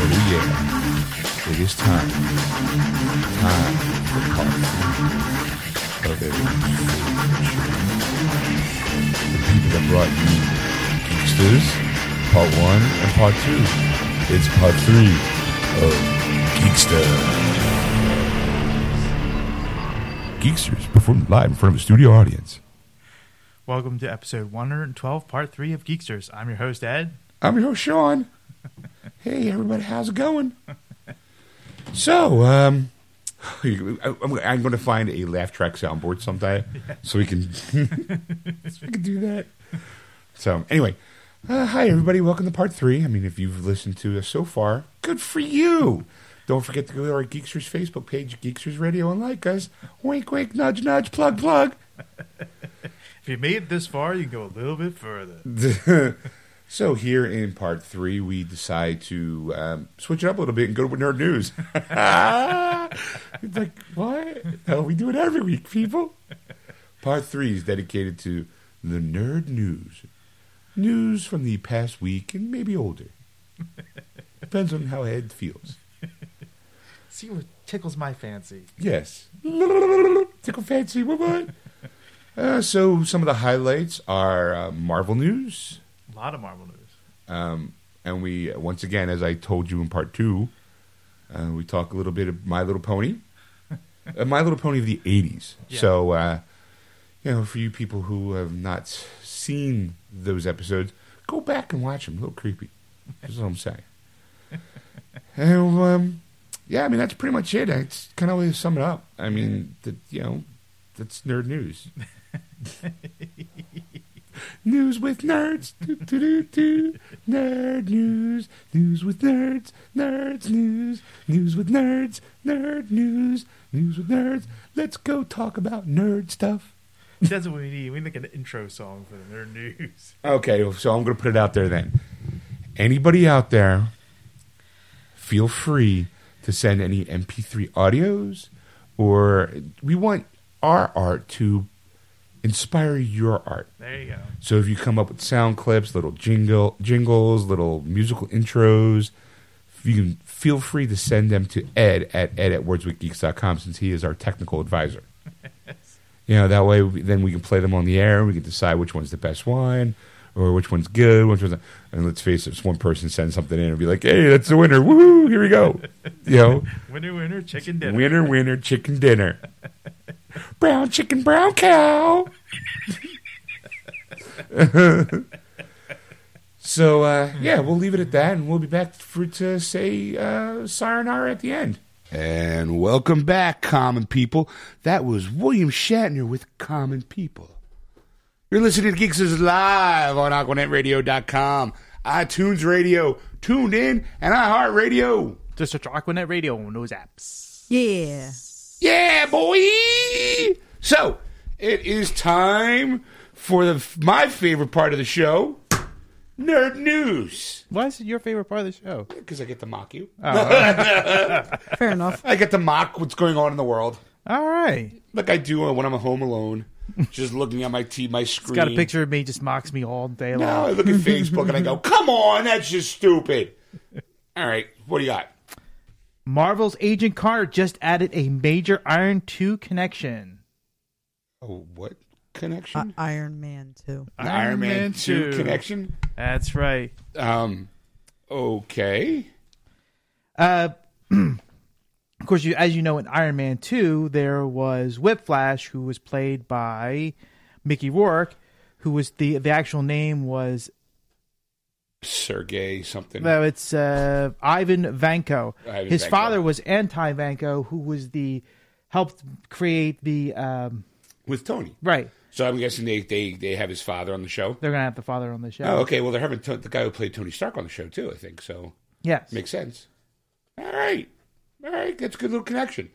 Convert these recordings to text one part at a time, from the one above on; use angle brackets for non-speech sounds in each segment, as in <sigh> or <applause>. uh, it is time. Time for part two of everything. The people that brought you Geeksters, part one and part two. It's part three of Geeksters. Geeksters performed live in front of a studio audience. Welcome to episode 112, part three of Geeksters. I'm your host, Ed. I'm your host, Sean. hey, everybody, how's it going? So, um, <sighs> I'm, I'm going to find a laugh track soundboard someday yeah. so we can <laughs> so we can do that. So, anyway, uh, hi everybody, welcome to part three. I mean, if you've listened to us so far, good for you. Don't forget to go to our Geeksters Facebook page, Geeksters Radio, and like us. Wink, wink, nudge, nudge, plug, plug. if you made it this far, you can go a little bit further. <laughs> So here in part three, we decide to um, switch it up a little bit and go to nerd news. <laughs> it's like what? Hell, we do it every week, people. Part three is dedicated to the nerd news, news from the past week and maybe older. Depends on how Ed feels. See what tickles my fancy. Yes, <laughs> tickle fancy. What? what? Uh, so some of the highlights are uh, Marvel news. A lot of Marvel news. Um, and we once again, as I told you in part two, uh, we talk a little bit of My Little Pony, uh, My Little Pony of the '80s. Yeah. So, uh, you know, for you people who have not seen those episodes, go back and watch them. A little creepy. That's what I'm saying. and um, yeah, I mean that's pretty much it. It's kind of way to sum it up. I mean, the, you know, that's nerd news. News with nerds. Do, do, do, do. Nerd news. News with nerds. Nerds news. News with nerds. Nerd news. News with nerds. Let's go talk about nerd stuff. That's what we need. We need like an intro song for the nerd news. Okay, so I'm going to put it out there then. Anybody out there, feel free to send any MP3 audios, or we want our art to inspire your art. There you go. So if you come up with sound clips, little jingle jingles, little musical intros, you can feel free to send them to Ed at ed at wordswithgeeks.com since he is our technical advisor. yes. You know, that way we, then we can play them on the air. We can decide which one's the best one or which one's good, which one's not. And let's face it, if one person sends something in and be like, hey, that's the winner. Woohoo, here we go. You know? winner, winner, chicken dinner. Winner, winner, chicken dinner. brown chicken, brown cow. <laughs> so uh, yeah, we'll leave it at that, and we'll be back for to say uh, sayonara at the end. And welcome back, common people. That was William Shatner with Common People. You're listening to Geeks is live on AquanetRadio.com, iTunes Radio, tuned in, and iHeartRadio. Just search Aquanet Radio on those apps. Yeah. Yeah, boy. So it is time for the my favorite part of the show, nerd news. Why is it your favorite part of the show? Because I get to mock you. Oh. <laughs> Fair enough. I get to mock what's going on in the world. All right. Like I do when I'm home <laughs> alone, just looking at my t- my screen. It's got a picture of me, just mocks me all day long. No, I look at Facebook and I go, "Come on, that's just <laughs> stupid." All right, what do you got? Marvel's Agent Carter just added a major Iron 2 connection. Oh, what connection? Uh, Iron Man 2. Uh, Iron, Iron Man, Man 2. 2. connection? That's right. Um okay. Uh <clears throat> of course you as you know in Iron Man 2 there was Whip Flash, who was played by Mickey Rourke who was the the actual name was Sergey something. No, it's uh, Ivan Vanko. Ivan His Vanko. father was anti Vanko, who was the helped create the um, with Tony. Right. So I'm guessing they, they they have his father on the show. They're gonna have the father on the show. Oh, okay. Well, they're having to- the guy who played Tony Stark on the show too. I think so. Yes, makes sense. All right, all right. That's a good little connection.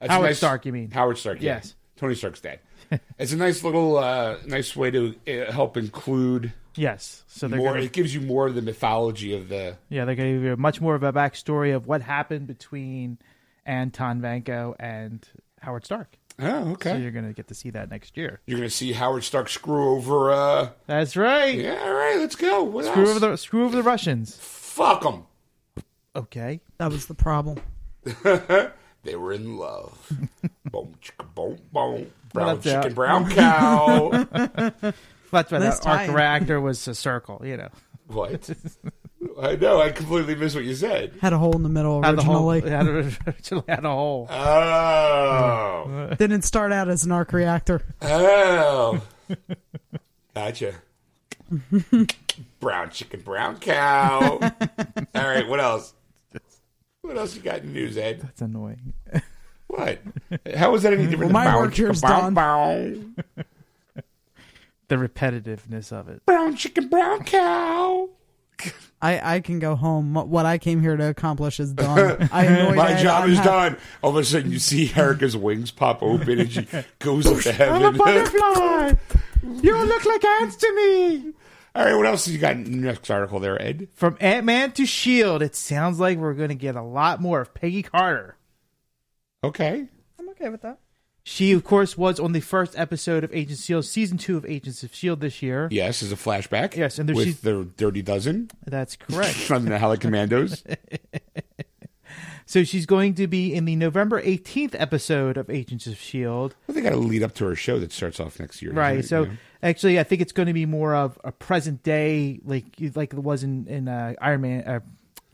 That's Howard nice, Stark, you mean? Howard Stark. Yeah. Yes. Tony Stark's dad. <laughs> it's a nice little uh, nice way to uh, help include. Yes, so more. Gonna, it gives you more of the mythology of the. Yeah, they're going to give you much more of a backstory of what happened between Anton Vanko and Howard Stark. Oh, okay. So you're going to get to see that next year. You're going to see Howard Stark screw over. Uh... That's right. Yeah, all right. Let's go. What screw else? over the screw over the Russians. Fuck them. Okay, that was the problem. They were in <laughs> love. boom, chicka, boom, boom. Brown that's chicken, <laughs> out. brown cow. That's why Nice that arc tie-in. reactor was a circle, you <laughs> know. what? I know. I completely missed what you said. Had a hole in the middle Had the whole, originally. <laughs> had a, originally had a hole. <laughs> Oh. Didn't start out as an arc reactor. Oh. Gotcha. brown chicken, brown <laughs> cow. All right, what else? What else you got in the news, Ed? That's annoying. What? How is that any different my than brown work here's brown, done. brown, The repetitiveness of it. brown chicken, brown cow? I, I can go home. What- What I came here to accomplish is done. I annoyed My Ed. job I'm is happy. done. All of a sudden, you see Erica's wings pop open and she goes up to heaven. <laughs> <laughs> butterfly. you look like ants to me. All right, what else you got in the next article there, Ed? From Ant Man to Shield, E it sounds like we're going to get a lot more of Peggy Carter. Okay. I'm okay with that. She, of course, was on the first episode of Agent Shield, E season two of Agents of Shield E this year. Yes, is a flashback. Yes, and there- with she's- their dirty dozen That's correct. <laughs> from the Helicomandos. So she's going to be in the November 18th episode of Agents of S.H.I.E.L.D. well, they got to lead up to her show that starts off next year, doesn't Right. it? So Yeah. actually, I think it's going to be more of a present day, like like it was in, in uh, Iron Man, uh,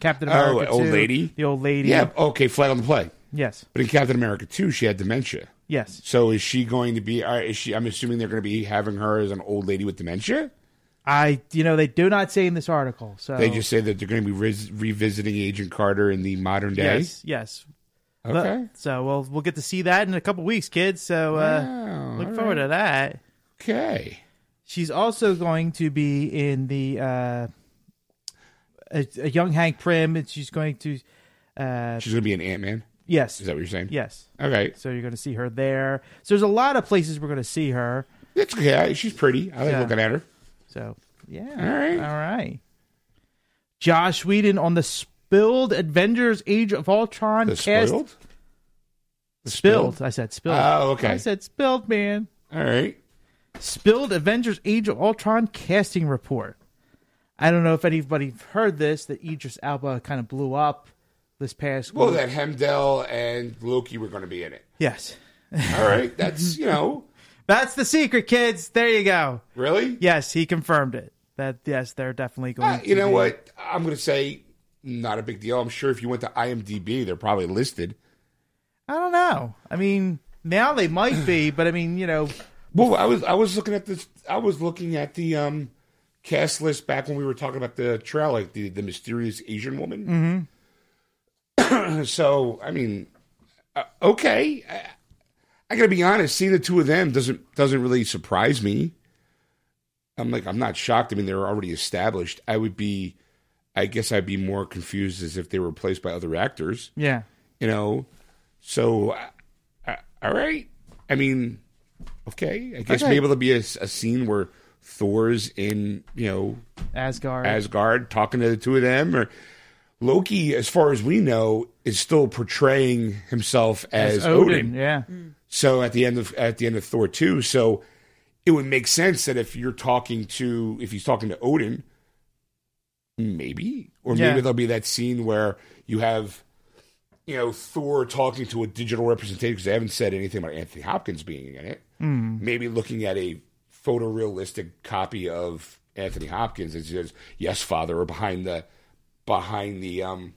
Captain Oh, America. old 2, lady? The old lady. yeah, okay, flat on the play. Yes. But in Captain America two, she had dementia. Yes. So is she going to be? are- Is she? I'm assuming they're going to be having her as an old lady with dementia. I, you know, they do not say in this article. So They just say that they're going to be res- revisiting Agent Carter in the modern day. Yes. Yes. But- Okay. so we'll we'll get to see that in a couple weeks, kids. So uh, Wow, look all forward to that. Oh, Okay. She's also going to be in the uh, a, a young Hank Pym, and she's going to uh, She's going to be an Ant Man. yes, Is that what you're saying? yes. Okay. So you're going to see her there. So there's a lot of places we're going to see her. It's okay. She's pretty. I like Yeah. looking at her. So yeah, All right. all right. Josh Whedon on the spilled Avengers: Age of Ultron The cast. spoiled. The Spilled. I said spilled. Oh, okay. I said spilled, man. All right. Spilled Avengers Age of Ultron casting report. I don't know if anybody heard this that Idris Alba kind of blew up this past Well, week. that Hemdell and Loki were going to be in it. Yes. All <laughs> right. That's, you know, That's the secret, kids. There you go. really? Yes, he confirmed it. That yes, they're definitely going Uh, to you know be- what? I'm going to say not a big deal. I'm sure if you went to IMDb, they're probably listed. I don't know. I mean, now they might be, but I mean, you know, Well, I was I was looking at this. I was looking at the um, cast list back when we were talking about the trailer, the the mysterious Asian woman. <clears throat> so I mean, uh, okay, I, I gotta be honest. Seeing the two of them doesn't doesn't really surprise me. I'm like I'm not shocked. I mean, they're already established. I would be, I guess I'd be more confused as if they were replaced by other actors yeah. you know. So, I, I, all right. I mean, okay. I guess Okay. maybe there'll be a, s- a scene where Thor's in, you know, Asgard. Asgard talking to the two of them, or Loki, as far as we know, is still portraying himself as, Odin. Yeah. So at the end of at the end of Thor two, so it would make sense that if you're talking to if he's talking to Odin, maybe or Yeah. maybe there'll be that scene where you have you know Thor talking to a digital representation because they haven't said anything about Anthony Hopkins being in it. Maybe looking at a photorealistic copy of Anthony Hopkins and says, "Yes, father," or behind the behind the um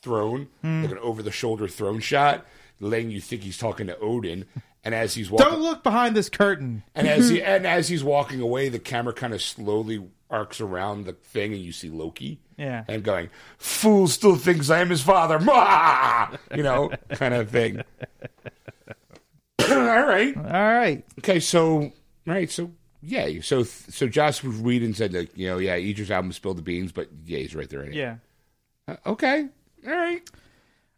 throne, Hmm. like an over the shoulder throne shot, letting you think he's talking to Odin. And as he's Don't walking, look behind this curtain. and as <laughs> he and as he's walking away, the camera kind of slowly arcs around the thing, and you see Loki. Yeah. and going, fool still thinks I am his father. <laughs> Mwah! You know, kind of thing. <clears throat> All right. All right. Okay. So, right. So, yeah. So, so Josh Whedon said that you know, yeah, Idris album spilled the beans, but yeah, he's right there in it. Yeah. Uh, okay. All right.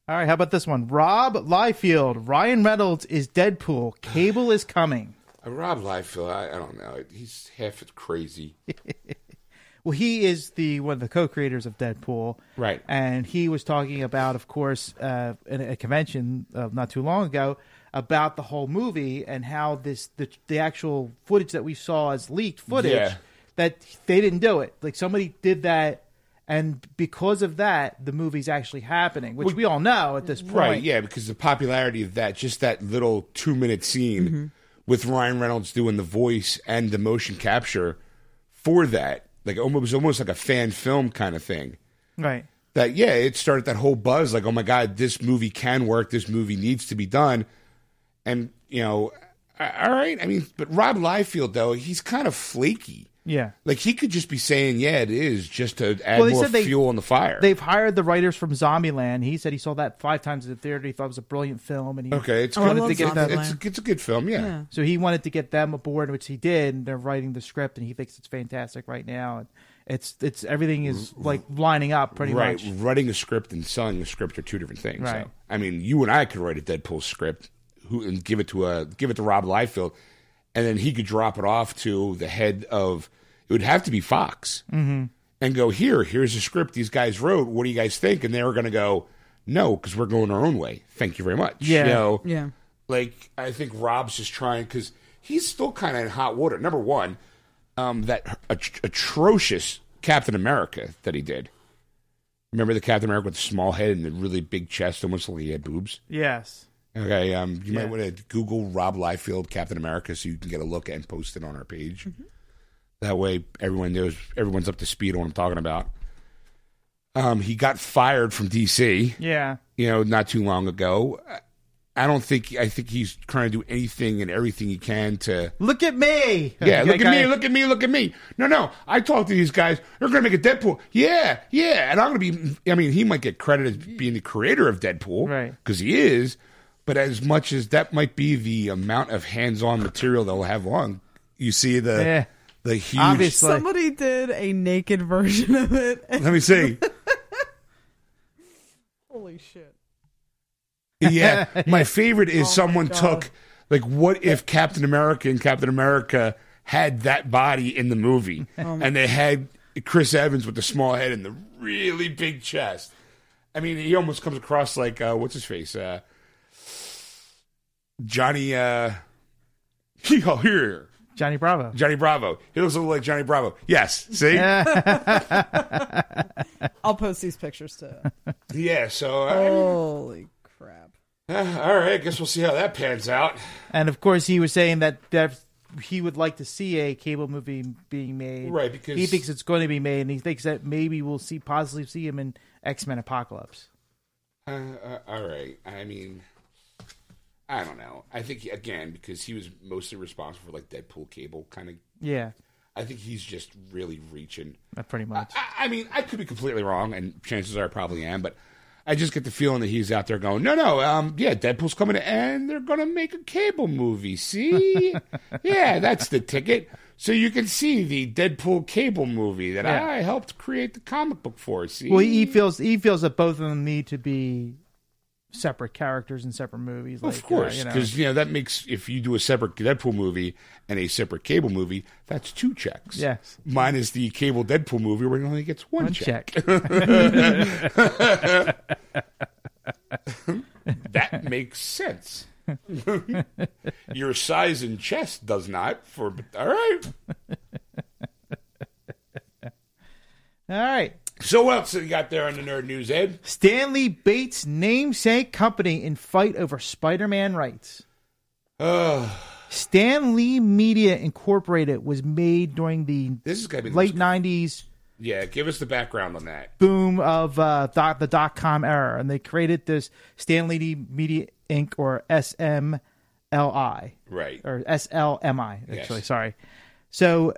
All right, how about this one? Rob Liefeld, Ryan Reynolds is Deadpool. Cable is coming. Uh, Rob Liefeld, I, I don't know. He's half crazy. Well, he is the one of the co-creators of Deadpool, Right. And he was talking about, of course, uh, in a convention uh, not too long ago about the whole movie and how this the the actual footage that we saw as leaked footage Yeah. that they didn't do it. Like somebody did that and because of that, the movie's actually happening, which we all know at this point. Right, yeah, because the popularity of that, just that little two minute scene Mm-hmm. with Ryan Reynolds doing the voice and the motion capture for that, like almost, it was almost like a fan film kind of thing. Right. That, yeah, it started that whole buzz like, oh my God, this movie can work. This movie needs to be done. And, you know, a- all right. I mean, but Rob Liefeld, though, he's kind of flaky. Yeah. Like he could just be saying, yeah, it is, just to add Well, they more said they- fuel on the fire. They've hired the writers from Zombieland. He said he saw that five times in the theater. He thought it was a brilliant film, and he okay, it's Oh, I good. love It's, Zombieland. it's, it's a good film, yeah. Yeah. So he wanted to get them aboard, which he did, and they're writing the script, and he thinks it's fantastic right now. And it's it's everything is like lining up pretty right, much. writing a script and selling a script are two different things. Right. So, I mean, you and I could write a Deadpool script, who and give it to a give it to Rob Liefeld, and then he could drop it off to the head of it would have to be Fox, mm-hmm. and go here. Here's a script these guys wrote. What do you guys think? And they were going to go no because we're going our own way. Thank you very much. Yeah. You know? Yeah. like I think Rob's just trying because he's still kind of in hot water. Number one, um, that at- atrocious Captain America that he did. Remember the Captain America with the small head and the really big chest, almost like he had boobs. Yes. Okay, um, you Yeah. might want to Google Rob Liefeld Captain America so you can get a look and post it on our page. That way, everyone knows everyone's up to speed on what I'm talking about. Um, he got fired from DC Yeah. you know, not too long ago. I- I don't think I think he's trying to do anything and everything he can to. Look at me. Yeah, look at Guy- me, look at me, look at me. No, no, I talked to these guys. They're going to make a Deadpool. Yeah, yeah, and I'm going to be. I mean, he might get credit as being the creator of Deadpool, Right. Because he is. But as much as that might be the amount of hands-on material they'll have on, you see the Yeah. the huge. Obviously. It's like- Somebody did a naked version of it. <laughs> <laughs> Let me see. Holy shit. <laughs> yeah. My favorite is Oh my someone God. took like what if Captain America and Captain America had that body in the movie Oh and they had Chris Evans with the small head and the really big chest. I mean, he almost comes across like uh, what's his face? Uh, Johnny uh <laughs> Hee-haw, here. Johnny Bravo. Johnny Bravo. He looks a little like Johnny Bravo. Yes. See? Yeah. I'll post these pictures to. so uh, Holy crap. all right, I guess we'll see how that pans out. And of course, he was saying that that he would like to see a cable movie being made. Right, because- he thinks it's going to be made, and he thinks that maybe we'll see possibly see him in X Men Apocalypse. Uh, uh, all right. I mean, I don't know. I think again because he was mostly responsible for like Deadpool cable kind of. Yeah, I think he's just really reaching. uh, pretty much. I, I mean, I could be completely wrong, and chances are I probably am, but I just get the feeling that he's out there going, "No, no, um, yeah, Deadpool's coming, and they're gonna make a cable movie. <laughs> See, yeah, that's the ticket." So you can see the Deadpool cable movie that Yeah. I helped create the comic book for. See, Well, he feels he feels that both of them need to be separate characters in separate movies. Like, Of course, uh, you know. because you, know that makes if you do a separate Deadpool movie and a separate Cable movie, that's two checks. Yes. mine is the Cable Deadpool movie where he only gets one, One check. <laughs> check. <laughs> That makes sense. <laughs> Your size and chest does not. For all right. All right. So what else have you got there on the nerd news, Ed? Stanley Bates namesake company in fight over Spider-Man rights. Uh, Stan Lee Media Incorporated was made during the this is gonna be the late most- '90s Yeah, give us the background on that. boom of uh, dot, the dot com era, and they created this Stanley Lee Media Inc. or SMLI. Right. or SLMI actually. Yes. Sorry. So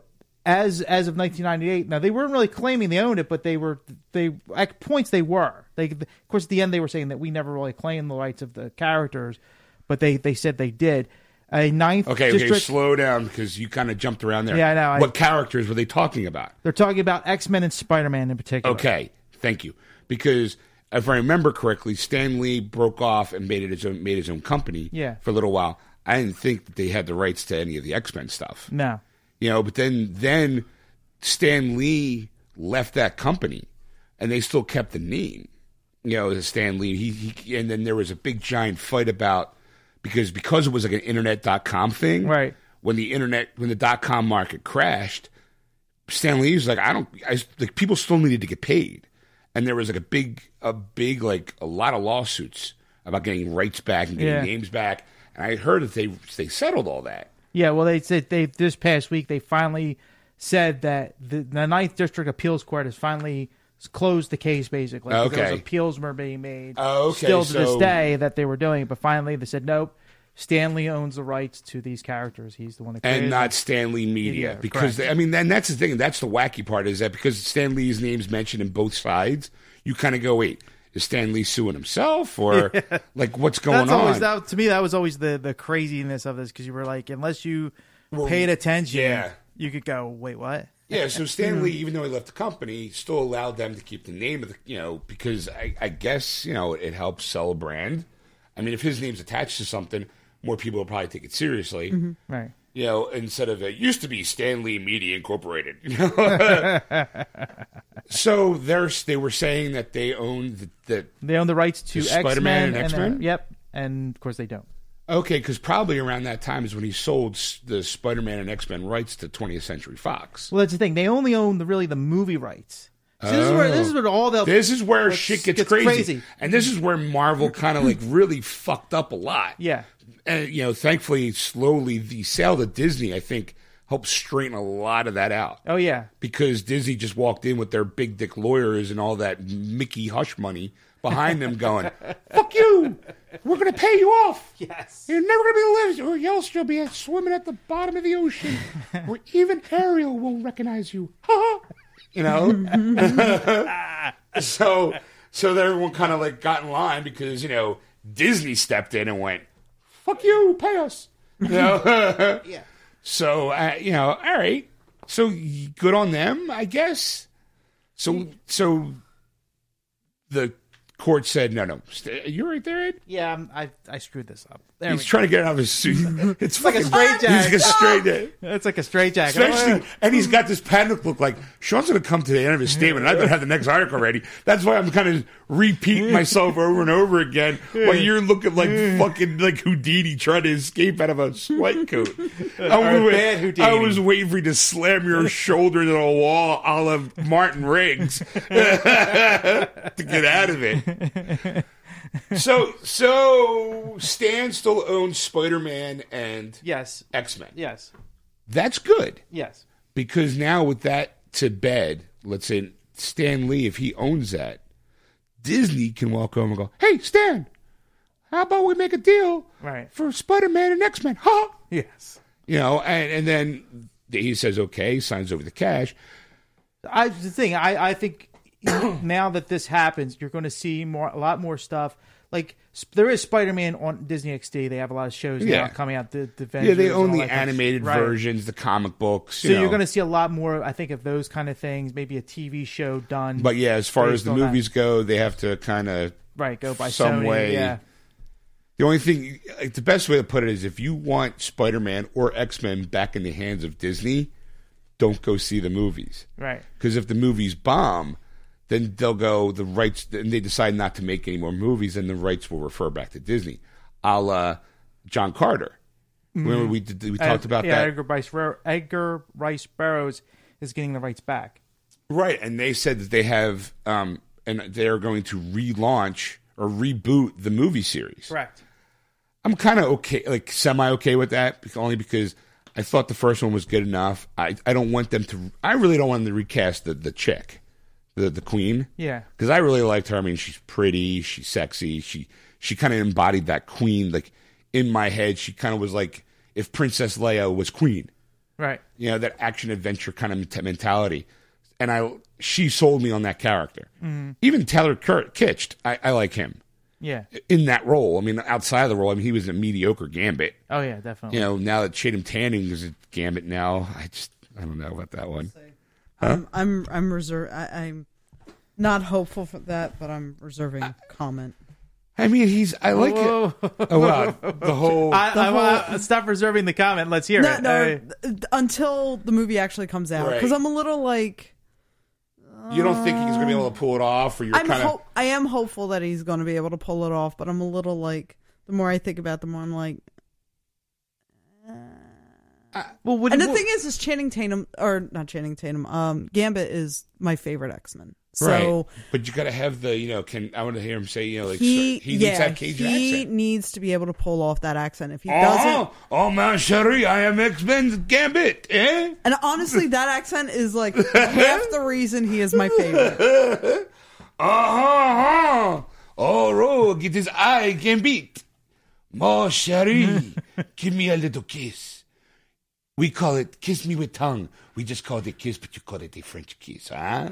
as as of 1998, now they weren't really claiming they owned it, but they were they at points they were. They of course at the end they were saying that we never really claimed the rights of the characters, but they they said they did. A ninth Okay, okay, district. slow down because you kind of jumped around there. Yeah, I know, I- What characters were they talking about? they're talking about X Men and Spider Man in particular. Okay, thank you. Because if I remember correctly, Stan Lee broke off and made it his own made his own company. Yeah. for a little while. I didn't think that they had the rights to any of the X Men stuff. No. You know, but then then Stan Lee left that company, and they still kept the name. You know, the Stan Lee. He, he and then there was a big giant fight about because because it was like an internet.com thing. Right. When the internet when the dot com market crashed, Stan Lee was like, I don't, I, like people still needed to get paid, and there was like a big, a big, like a lot of lawsuits about getting rights back and getting Yeah. names back. And I heard that they they settled all that. Yeah, well, they said they this past week they finally said that the, the Ninth District Appeals Court has finally s- closed the case. Basically, 'cause there was Okay. appeals were being made. Oh, okay, Still to this so- day that they were doing it, but finally they said nope. Stanley owns the rights to these characters. He's the one that and created not them. Stanley Media Media, because correct. they, I mean, and that's the thing. That's the wacky part is that because Stan Lee's name's mentioned in both sides, you kind of go, wait, is Stan Lee suing himself <laughs> or like what's going That's on? always that to me. That was always the the craziness of this because you were like, unless you paid attention, yeah. you could go, wait, what? Yeah, <laughs> so Stan Lee, even though he left the company, still allowed them to keep the name of the, you know, because I, I guess, you know, it helps sell a brand. I mean, if his name's attached to something, more people will probably take it seriously. Right. You know, instead of it used to be Stan Lee Media <laughs> Incorporated. <laughs> You know? so there's, they were saying that they owned the, the They own the rights to Is X Men Spider-Man an X-Men? Yep. And of course they don't. okay, because probably around that time is when he sold s- the Spider Man and X Men rights to 20th Century Fox. Well, that's the thing. They only own the really the movie rights. So this is where this is where all the Oh. This is where Let's- shit gets, gets crazy. crazy. and this is where Marvel kind <clears throat> of like really fucked up a lot. Yeah. and you know, thankfully, slowly the sale to Disney, I think, helped straighten a lot of that out Oh yeah. because Disney just walked in with their big dick lawyers and all that Mickey hush money behind them, going, "Fuck you, we're gonna pay you off." Yes. You're never gonna be living, or else you'll be swimming at the bottom of the ocean, where even Ariel won't recognize you. <laughs> Ha! ha. you know. <laughs> so, so that everyone kind of like got in line because you know Disney stepped in and went, "Fuck you, pay us." You know. yeah. So uh, you know, all right. So y- good on them, I guess. So, so the court said, "No, no, st- you're right there, Ed." Yeah. I'm, I I screwed this up. There He's we go. trying to get out of his suit. <laughs> It's like a straitjacket. He's like a straight That's like a straight jacket. Especially, and he's got this panic look like Sean's going to come to the end of his statement. and I better have the next article ready. That's why I'm kind of repeating myself over and over again. While you're looking like fucking like Houdini trying to escape out of a <laughs> sweatcoat. I Or was, bad Houdini. I was waiting for you to slam your shoulder to the wall, a la Martin Riggs, <laughs> to get out of it. So, so Stan still owns Spider-Man and yes. X-Men. Yes. That's good Yes. because now with that to bed, let's say Stan Lee, if he owns that, Disney can walk over and go, "Hey, Stan, how about we make a deal Right. for Spider-Man and X-Men?" Huh? Yes. You know, and and then he says, "Okay," signs over the cash. I the thing I I think <clears throat> now that this happens, you're going to see more a lot more stuff. Like sp- there is Spider Man on Disney XD. They have a lot of shows Yeah. now coming out. The, Yeah, the Avengers they and own all the that kind of- animated Right. versions, the comic books. So you know. are going to see a lot more. I think of those kind of things. Maybe a TV show done. But yeah, as far as based the on that. movies go, they have to kind of right, go by some Sony, way. Yeah. The only thing, like, the best way to put it is if you want Spider Man or X Men back in the hands of Disney, don't go see the movies. Right. Because if the movies bomb, then they'll go, the rights, and they decide not to make any more movies, and the rights will refer back to Disney, a la John Carter. Remember, we, did, we talked about yeah, that. Edgar Rice, Bar- Edgar Rice Burroughs is getting the rights back. Right, and they said that they have, um, and they're going to relaunch or reboot the movie series. Correct. I'm kind of okay, like semi okay with that, bec- only because I thought the first one was good enough. I, I don't want them to. I really don't want them to recast the the chick, the the queen. Yeah. because I really liked her. I mean, she's pretty, she's sexy, she she kind of embodied that queen. Like in my head, she kind of was like if Princess Leia was queen Right. you know that action adventure kind of ment- mentality and i she sold me on that character even taylor Kurt, kitched I, I like him Yeah. in that role i mean outside of the role i mean he was a mediocre gambit Oh yeah, definitely. you know now that Chatham tanning is a gambit now i just i don't know about that one I'm I'm I'm reserve. I, I'm not hopeful for that, but I'm reserving comment. i mean he's i like it Whoa. oh wow the <laughs> whole I, I, whole- I- stop reserving the comment. Let's hear No, it. no, I- th- until the movie actually comes out, because Right. I'm a little like you don't think he's gonna be able to pull it off or you're I'm kind of ho- I am hopeful that he's going to be able to pull it off, but I'm a little like the more I think about, it, the more I'm like. Well, what, And the what- thing is, is Channing Tatum or not Channing Tatum? Um, Gambit is my favorite X Men. So right. But you got to have the, you know, can I want to hear him say, you know, like he, he yeah, needs that Cajun he accent. needs to be able to pull off that accent. If he doesn't, Oh, oh, my Cherie, I am X Men's Gambit, eh? and honestly, that accent <laughs> is like half the reason he is my favorite. Uh-huh. Oh, Rogue, it is I, Gambit. Ma Cherie, give me a little kiss. We call it kiss me with tongue. We just called it kiss, but you call it a French kiss, huh?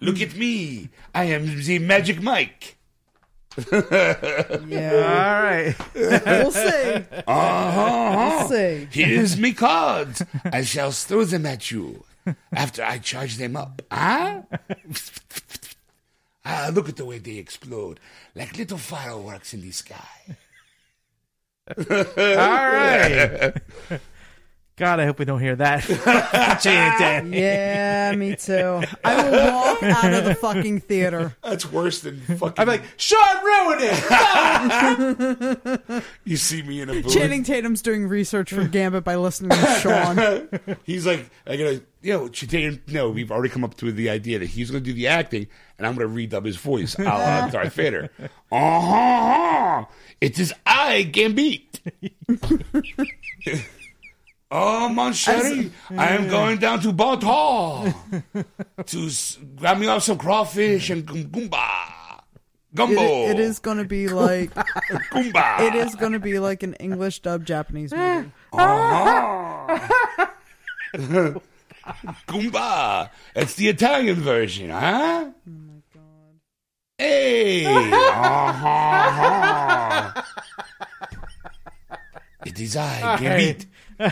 Look at me. I am the Magic Mike. all <laughs> Yeah, right. we'll see. Uh-huh. We'll see. Here's me cards. I shall throw them at you after I charge them up. Huh? ah, look at the way they explode like little fireworks in the sky. All right. God, I hope we don't <laughs> hear that. Channing Tatum. Yeah, me too. I will walk out of the fucking <laughs> theater. That's worse than fucking. I'm like, Sean ruined it. <laughs> you see me <laughs> in a booth. Channing Tatum's doing research for Gambit by listening to <laughs> Sean. He's like, I gotta, you know, Chitayan, no, we've already come up to the idea that he's gonna do the acting and I'm gonna redub his voice a <laughs> la Darth Vader. Uh huh. It is I, <laughs> Gambit. oh, mon chéri, I am going down to Baltar to s- grab me off some crawfish and gum- goomba. It, Gumbo. it is going to be like Goomba. it is going to be like an English dub Japanese movie. Goomba. It's the Italian version, huh? Oh my god. <laughs> Hey! Uh-huh. it is I, Gambit. <laughs>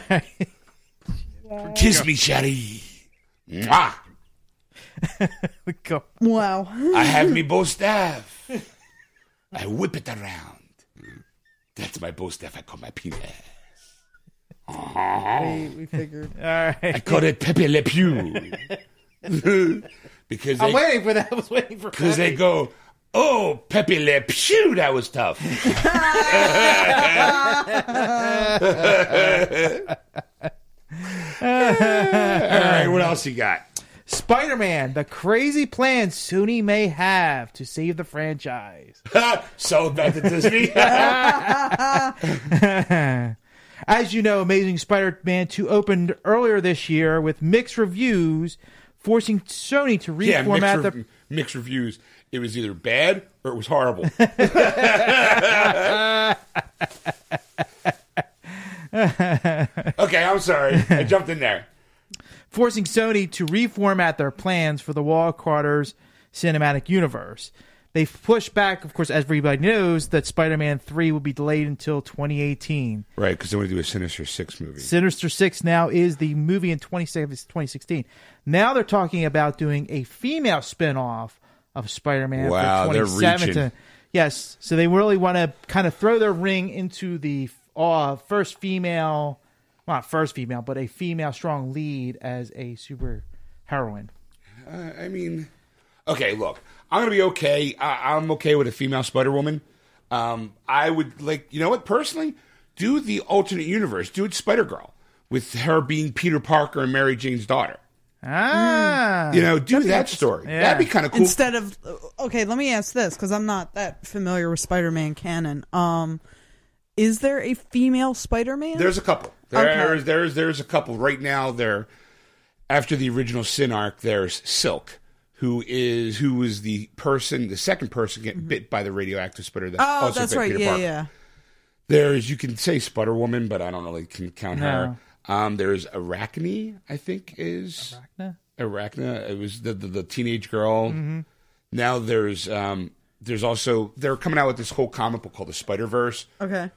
Kiss me, Shari. Mwah. We go. <laughs> Wow. I have me bow staff. I whip it around. That's my bow staff. I call my penis. We, we figured. All right. I call it Pepe Le <laughs> Pew. because they I'm waiting for that. I was waiting for Because they go, oh, Pepe Le Pew, that was tough. All right, what else you got? <laughs> Spider-Man: The crazy plan Sony may have to save the franchise. Sold back to Disney. As you know, Amazing Spider-Man 2 opened earlier this year with mixed reviews, forcing Sony to yeah, reformat mixed, the rev- mixed reviews. It was either bad or it was horrible. okay, I'm sorry. I jumped in there. forcing Sony to reformat their plans for the Wall Carter's cinematic universe. They've pushed back, of course, as everybody knows, that Spider Man 3 will be delayed until 2018. Right, because they want to do a Sinister Six movie. Sinister 6 now is the movie in 20 2016. Now they're talking about doing a female spin off of Spider Man Wow, for they're 2017. reaching. Yes, so they really want to kind of throw their ring into the uh, first female, well, not first female, but a female strong lead as a super heroine. Uh, I mean, okay, look, I'm gonna be okay. I, I'm okay with a female Spider Woman. Um, I would like, you know what? Personally, do the alternate universe, do it Spider Girl with her being Peter Parker and Mary Jane's daughter. Ah, You know, do that story. That'd be kind of cool. Instead of okay, let me ask this because I'm not that familiar with Spider-Man canon. Um, is there a female Spider-Man? There's a couple. There's Okay. there's there's a couple right now. There, after the original Sin arc, there's Silk, who is who was the person, the second person getting bit by the radioactive spider that Mm-hmm. oh, also that's bit right. Peter yeah, Parker. yeah. There's you can say Sputter Woman, but I don't really can count her. Um, there's Arachne, I think is Arachne? Arachne. It was the the, the teenage girl. Mm-hmm. Now there's um, there's also they're coming out with this whole comic book called the Spider Verse. Okay.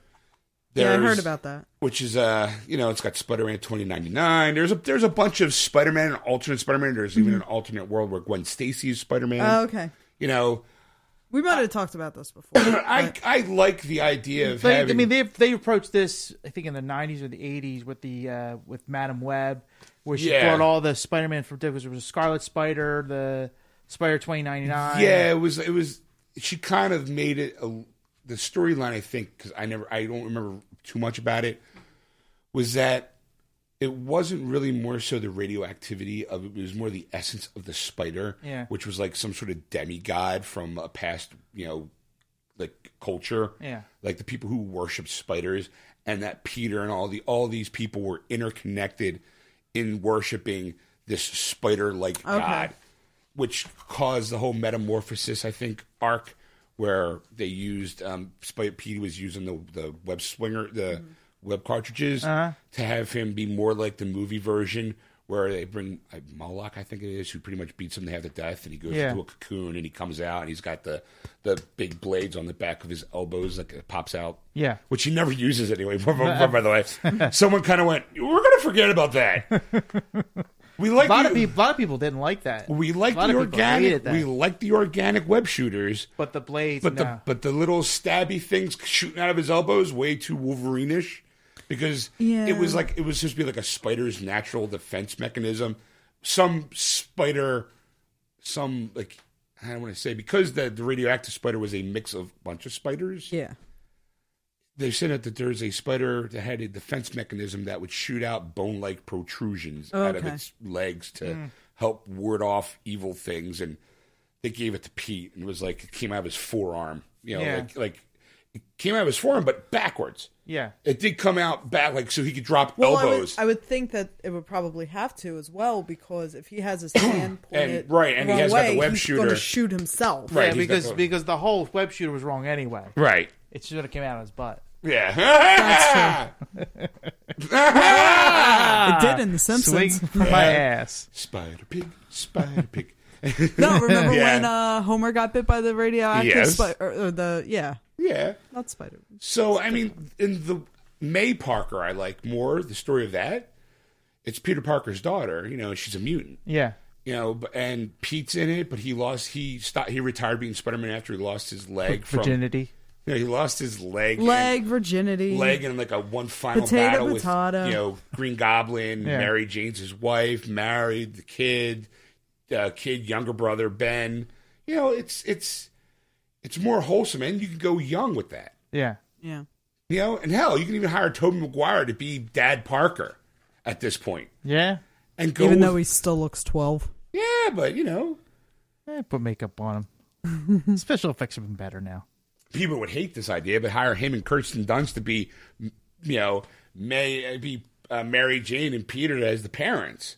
yeah, I heard about that. Which is uh, you know, it's got Spider Man twenty ninety nine. There's a there's a bunch of Spider Man and alternate Spider Man. There's even an alternate world where Gwen Stacy is Spider Man. Mm-hmm. Oh, okay. You know, <clears throat> We might have talked about this before. <coughs> I I like the idea of They, having. I mean, they they approached this, I think, in the '90s or the '80s with the uh, with Madam Web, where she Yeah. brought all the Spider-Man from there was a Scarlet Spider, the Spider 2099. Yeah, it was. It was. She kind of made it a, the storyline. I think because I never. I don't remember too much about it. was that it wasn't really more so the radioactivity of it, it was more the essence of the spider, Yeah. which was like some sort of demigod from a past, you know, like culture. Yeah. Like the people who worshiped spiders and that Peter and all the all these people were interconnected in worshiping this spider like god. Which caused the whole metamorphosis, I think, arc where they used um Spider Pete was using the the web swinger the Mm-hmm. web cartridges Uh-huh. to have him be more like the movie version where they bring uh, Moloch, I think it is, who pretty much beats him to have to death, and he goes Yeah. into a cocoon and he comes out and he's got the the big blades on the back of his elbows like it pops out. Yeah. uh, Which he never uses anyway, <laughs> by, by- by the <laughs> way. Someone kind of went, we're going to forget about that. We like A lot the, of people, a lot of people didn't like that. we like a lot the of people hated organic that. we like the organic web shooters, but the blades, but the no. but the little stabby things shooting out of his elbows way too Wolverine-ish because Yeah. it was like it was supposed to be like a spider's natural defense mechanism. Some spider, some like I don't want to say because the, the radioactive spider was a mix of a bunch of spiders. Yeah. They said that, that there's a spider that had a defense mechanism that would shoot out bone like protrusions out of Okay. Hmm. its legs to help ward off evil things. And they gave it to Pete and it was like, it came out of his forearm. You know, Yeah. like, like it came out of his forearm, but backwards. yeah, It did come out back, like, so he could drop Well, I would- elbows. I would, think that it would probably have to as well because if <clears throat> he has his hand pointed And- right, and he wrong has got the way, web he's shooter. gonna shoot himself. Right, yeah, he's not because going- because the whole web shooter was wrong anyway. right. It should have came out of his butt. Yeah. It Ah, did in The Swing <laughs> Simpsons. for my ass. <laughs> Spider pig, spider <laughs> pig. No, remember Yeah. when uh, Homer got bit by the radioactive Yes. spider? Or, or the yeah, yeah. not spider. So I mean, in the May Parker, I like more the story of that. It's Peter Parker's daughter. You know, she's a mutant. Yeah, You know, b- and Pete's in it, but he lost. He stopped. He retired being Spider Man after he lost his leg. From, virginity. You know, he lost his leg. Leg and- virginity. Leg in like a one final Potato, battle potato. with you know Green Goblin, Yeah. Mary Jane's his wife, married the kid, uh, kid younger brother Ben. You know, it's it's it's more wholesome, and you can go young with that. Yeah, Yeah. You know, and hell, you can even hire Toby Maguire to be Dad Parker at this point, yeah. and go. Even with- though he still looks twelve. yeah, but you know, Eh, put makeup on <laughs> him. Special effects have been better now. people would hate this idea, but hire him and Kirsten Dunst to be, m- you know, May be uh, Mary Jane and Peter as the parents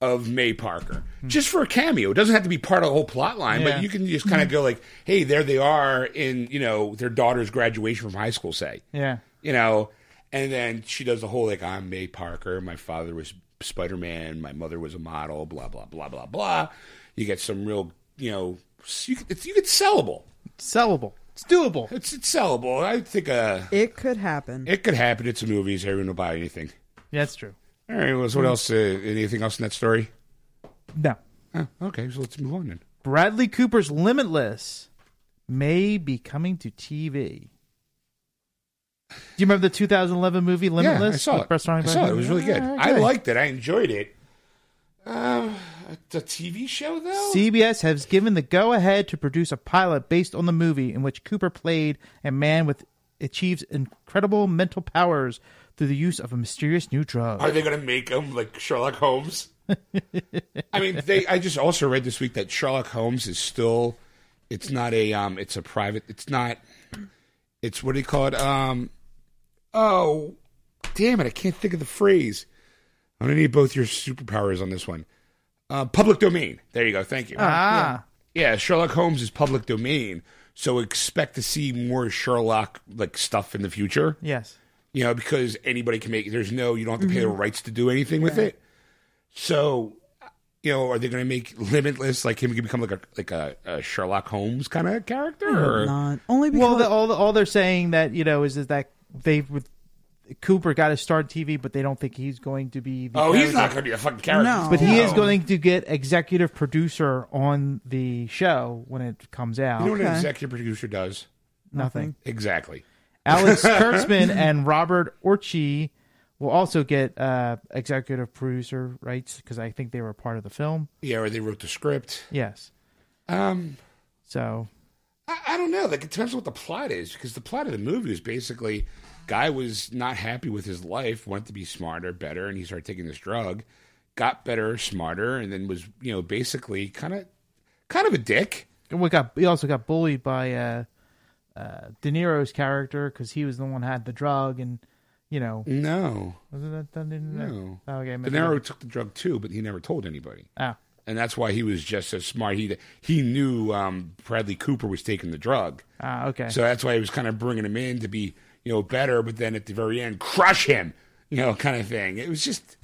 of May Parker, Hmm. just for a cameo. It doesn't have to be part of the whole plot line, Yeah. but you can just kind Hmm. of go like, "Hey, there they are in you know their daughter's graduation from high school," say. Yeah, you know. And then she does the whole like, I'm May Parker. My father was Spider Man. My mother was a model. Blah blah blah blah blah. You get some real, you know, you could, it's, you get sellable. sellable. It's doable. It's it's sellable. I think uh, It could happen. it could happen. It's a movie. so Everyone will buy anything. Yeah, that's true. All right. Well, so Hmm. what else? Uh, anything else in that story? No. Oh, okay. So let's move on then. Bradley Cooper's Limitless may be coming to TV. Do you remember the 2011 movie Limitless? Yeah, I saw with it. Burt Starling I Brad saw it. It Pitt? was really good. Yeah, I okay. liked it. I enjoyed it. Um, the TV show though. CBS has given the go ahead to produce a pilot based on the movie in which Cooper played a man with achieves incredible mental powers through the use of a mysterious new drug. Are they going to make him like Sherlock Holmes? I mean, they. I just also read this week that Sherlock Holmes is still. It's not a. Um. It's a private. It's not. It's what do you call it? Um. Oh, damn it! I can't think of the phrase. I'm gonna need both your superpowers on this one. Uh, public domain. There you go. Thank you. ah, Yeah, Sherlock Holmes is public domain, so expect to see more Sherlock like stuff in the future yes. you know, because anybody can make. There's no, you don't have to pay Mm-hmm. the rights to do anything with it. So, you know, are they going to make Limitless like him can become like a like a, a Sherlock Holmes kind of character? Or Not only because Well, the, all all they're saying that you know is, is that they with Cooper got his start in TV, but they don't think he's going to be. The oh, he's character. not going to be a fucking character. No. But he is No. going to get executive producer on the show when it comes out. You know what an Okay. executive producer does? Nothing. Exactly. <laughs> Alex Kurtzman and Robert Orci will also get uh, executive producer rights because I think they were part of the film. Yeah, or they wrote the script. Yes. Um, So I, I don't know. Like it depends on what the plot is, because the plot of the movie is basically Guy was not happy with his life, wanted to be smarter, better, and he started taking this drug. Got better, smarter, and then was you know basically kind of kind of a dick. We got he also got bullied by uh, uh, De Niro's character because he was the one who had the drug and you know No, wasn't that, that didn't that- No. Oh, okay De maybe Niro took the drug too, but he never told anybody. oh. and that's why he was just so smart. He he knew um, Bradley Cooper was taking the drug, Ah, okay so that's why he was kind of bringing him in to be you know better. But then at the very end, crush him, you know, kind of thing. It was just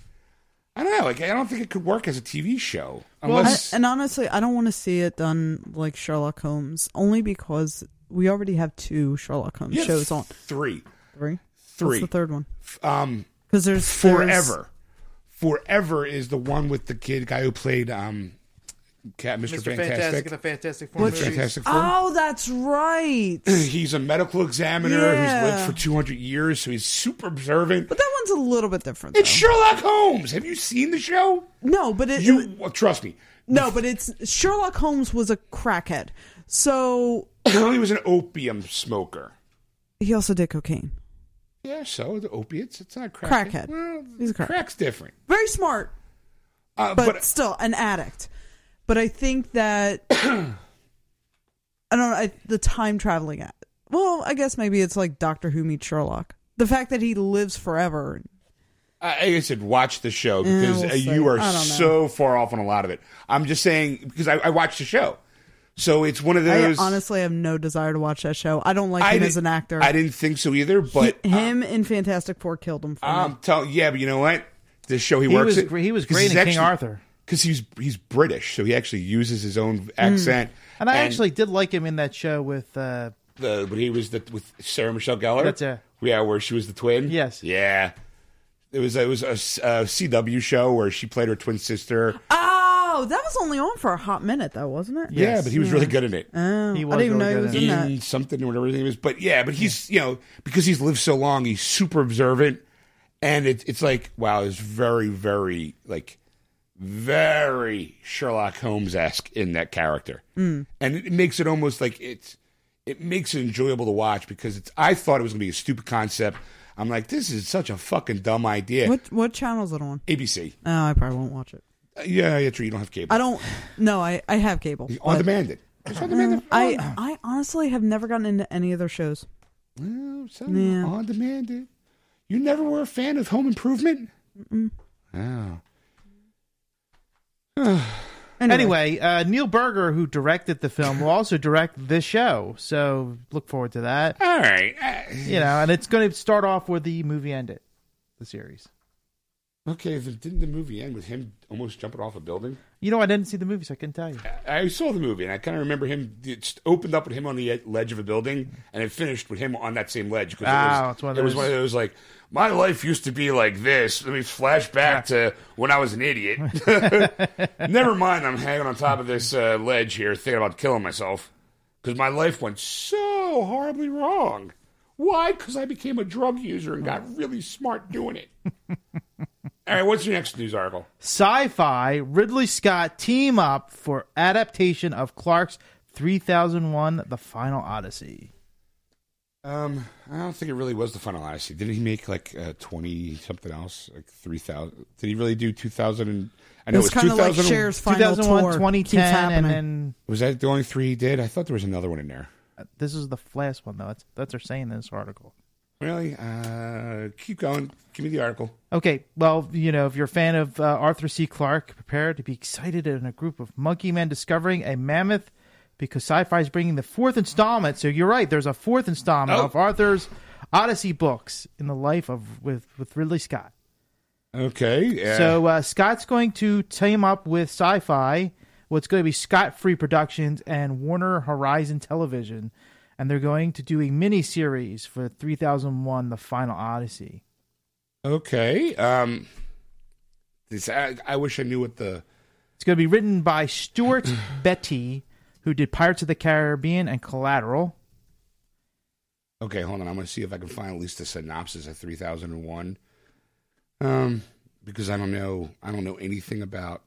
I don't know. Like I don't think it could work as a TV show unless I- and honestly, I don't want to see it done like Sherlock Holmes, only because we already have two Sherlock Holmes Yeah, shows on. three, Three. three. What's the third one? um, Because there's there's- forever. Forever is the one with the kid guy who played um, Cat Mr. Mr. Fantastic Fantastic. and the Fantastic Four movies. Fantastic Four. Oh, that's right. <clears throat> He's a medical examiner Yeah. who's lived for 200 years, so he's super observant. But that one's a little bit different. It's though. Sherlock Holmes. Have you seen the show? no, but it, You well, trust me. no, but it's Sherlock Holmes was a crackhead, so he was an opium smoker. he also did cocaine. Yeah, so the opiates. It's not crack. Crackhead. Well, He's a crack. crack's different. Very smart, Uh, but, but still an addict. But I <clears throat> think that I don't know I, the time traveling. At, well, I guess maybe it's like Doctor Who meets Sherlock. The fact that he lives forever. I, I said watch the show Yeah, because we'll uh, see. you are I don't know. so far off on a lot of it. I'm just saying because I, I watched the show, so it's one of I those. honestly have no desire to watch that show. I don't like I him di- as an actor. I didn't think so either, but uh, He- him in Fantastic Four killed him for me. I'm telling. Yeah, but you know what? This show he, he works. was at- gre- he was 'cause great in he's King actually- Arthur because he's he's British, so he actually uses his Hmm. own accent. and I actually did like him in that show with uh, the, when he was the, with Sarah Michelle Gellar, That's it. yeah, where she was the twin. Yes. yeah. It was it was a, s- a CW show where she played her twin sister. Oh, that was only on for a hot minute, though, wasn't it? Yeah, but he was really good in it. he Hmm, was I didn't even really know he good was in in it. that. Ian something or whatever his name is. But yeah, but he's you know because he's lived so long, he's super observant, and it, it's like wow, it's very very like very Sherlock Holmes esque in that character, Mm. and it makes it almost like it's it makes it enjoyable to watch because it's I thought it was gonna be a stupid concept. I'm like, this is such a fucking dumb idea. What what channel is it on? ABC, Oh, I probably won't watch it. Uh, yeah, yeah, true. You don't have cable I don't. No, I I have cable. on but demand. It. It's on demand. I Oh. I honestly have never gotten into any of their shows. Well, so Yeah. on demand. it. You never were a fan of Home Improvement. Oh. Mm-mm. Anyway, uh, Neil Berger, who directed the film, <laughs> will also direct this show. So look forward to that. Oh, all right. I- You know, and it's going to start off where the movie ended, the series. okay, then didn't the movie end with him almost jumping off a building? You know, I didn't see the movie, so I couldn't tell you. I, I saw the movie, and I kind of remember him. It st- opened up with him on the ed- ledge of a building, and it finished with him on that same ledge. 'cause Ah, it was, it's one of it was those- one of those like my life used to be like this. Let me flash back to when I was an idiot. <laughs> Never mind, I'm hanging on top of this uh, ledge here, thinking about killing myself because my life went so horribly wrong. Why? Because I became a drug user and got really smart doing it. <laughs> All right, what's your next news article? Sci fi, Ridley Scott team up for adaptation of Clark's 3001 The Final Odyssey. Um, I don't think it really was the Final Odyssey. Didn't he make like uh, twenty something else, like three thousand? Did he really do two thousand? And I know It's it was kind two of like thousand. Cher's final 2001, tour. 2010, Keeps happening. and then was that the only three he did? I thought there was another one in there. uh, this is the last one, though. That's, that's what they're saying in this article. Really? Uh, keep going. Give me the article. Okay, well, you know, if you're a fan of uh, Arthur C. Clarke, prepare to be excited in a group of monkey men discovering a mammoth because sci fi is bringing the fourth installment. So you're right, there's a fourth installment Oh. of Arthur's Odyssey books in the life of with, with Ridley Scott. Okay. Yeah. So uh, Scott's going to team up with sci fi, what's going to be Scott Free Productions and Warner Horizon Television, and they're going to do a mini series for 3001 The Final Odyssey. okay. Um, this I, I wish I knew what the It's going to be written by Stuart <clears throat> Betty, who did Pirates of the Caribbean and Collateral. Okay, hold on. I'm going to see if I can find at least a synopsis of 3001. Um, because I don't know, I don't know anything about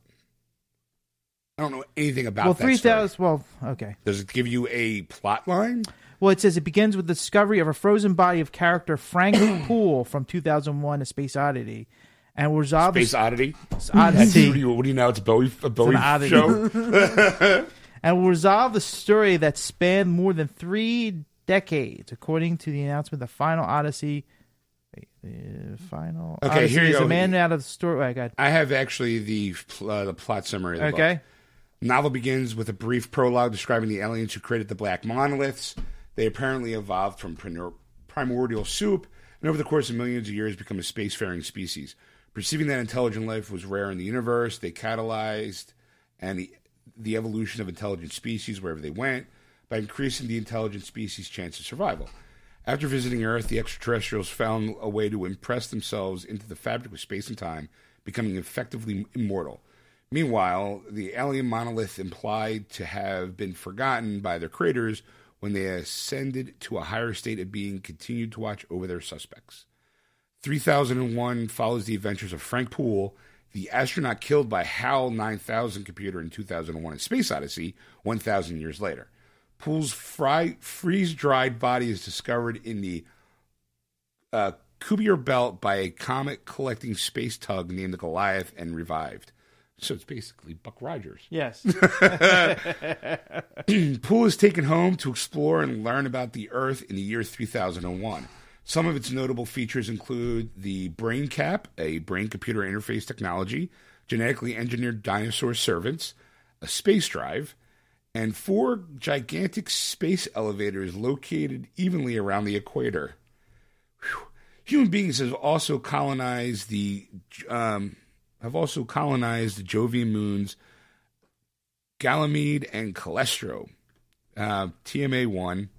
I don't know anything about well, that story. three thousand. Well, okay. Does it give you a plot line? Well, it says it begins with the discovery of a frozen body of <clears throat> character Frank Poole from 2001: A Space Oddity, and will resolve Space Oddity. the That's, what, do oddity you, what do you know? It's a Bowie, a Bowie oddity. <laughs> show. and will resolve the story that spanned more than three decades, according to the announcement. The final Odyssey. wait, The final. Okay, Odyssey here you is go. A man out of the story. Wait, I got. I have actually the pl- uh, the plot summary. Of the Okay. book. Novel begins with a brief prologue describing the aliens who created the black monoliths. They apparently evolved from prim- primordial soup, and over the course of millions of years, become a spacefaring species. Perceiving that intelligent life was rare in the universe, they catalyzed and the, the evolution of intelligent species wherever they went by increasing the intelligent species' chance of survival. After visiting Earth, the extraterrestrials found a way to impress themselves into the fabric of space and time, becoming effectively immortal. Meanwhile, the alien monolith implied to have been forgotten by their creators when they ascended to a higher state of being continued to watch over their suspects. 3001 follows the adventures of Frank Poole, the astronaut killed by HAL 9000 computer in 2001 in Space Odyssey, 1,000 years later. Poole's fry, freeze-dried body is discovered in the uh, Cuvier Belt by a comet-collecting space tug named the Goliath and revived. So it's basically Buck Rogers. <laughs> Yes. <clears throat> Poole is taken home to explore and learn about the Earth in the year 3001. Some of its notable features include the brain cap, a brain computer interface technology, genetically engineered dinosaur servants, a space drive, and four gigantic space elevators located evenly around the equator. Whew. Human beings have also colonized the um, have also colonized the Jovian moons Galamede and Calestro, uh, TMA1,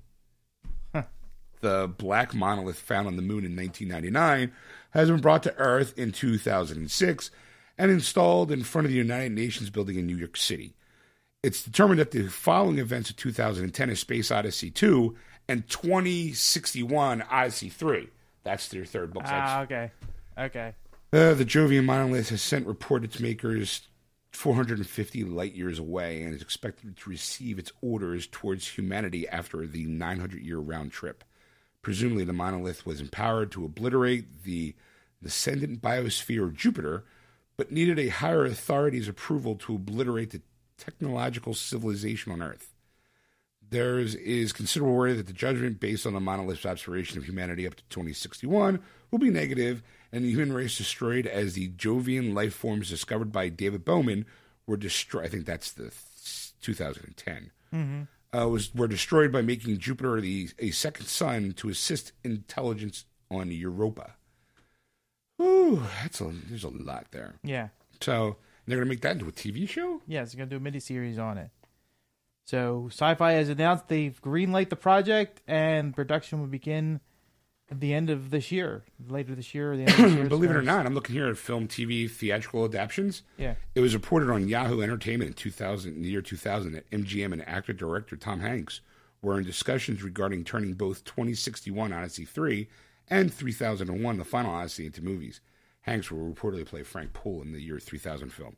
the black monolith found on the moon in 1999, has been brought to Earth in 2006 and installed in front of the United Nations building in New York City. It's determined that the following events of 2010 is Space Odyssey 2 and 2061 Odyssey 3. That's their third book. ah, okay. Okay. Uh, the Jovian monolith has sent report its makers 450 light years away and is expected to receive its orders towards humanity after the 900 year round trip. Presumably, the monolith was empowered to obliterate the descendant biosphere of Jupiter, but needed a higher authority's approval to obliterate the technological civilization on Earth. There is, is considerable worry that the judgment based on the monolith's observation of humanity up to 2061 will be negative and the human race destroyed as the Jovian life forms discovered by David Bowman were destroyed. I think that's the th- 2010. Uh, was were destroyed by making Jupiter the a second sun to assist intelligence on Europa. Ooh, that's a there's a lot there. Yeah. So they're gonna make that into a TV show. Yes, they're going to do a mini series on it. So, Sci Fi has announced they've greenlit the project and production will begin at the end of this year. Later this year, or the end <coughs> of this year. Mm-hmm. Believe it or not, I'm looking here at film, TV, theatrical adaptions. Yeah. It was reported on Yahoo Entertainment in 2000, in the year 2000, that MGM and actor director Tom Hanks were in discussions regarding turning both 2061 Odyssey 3 and 3001 The Final Odyssey into movies. Hanks will reportedly play Frank Poole in the year 3000 film.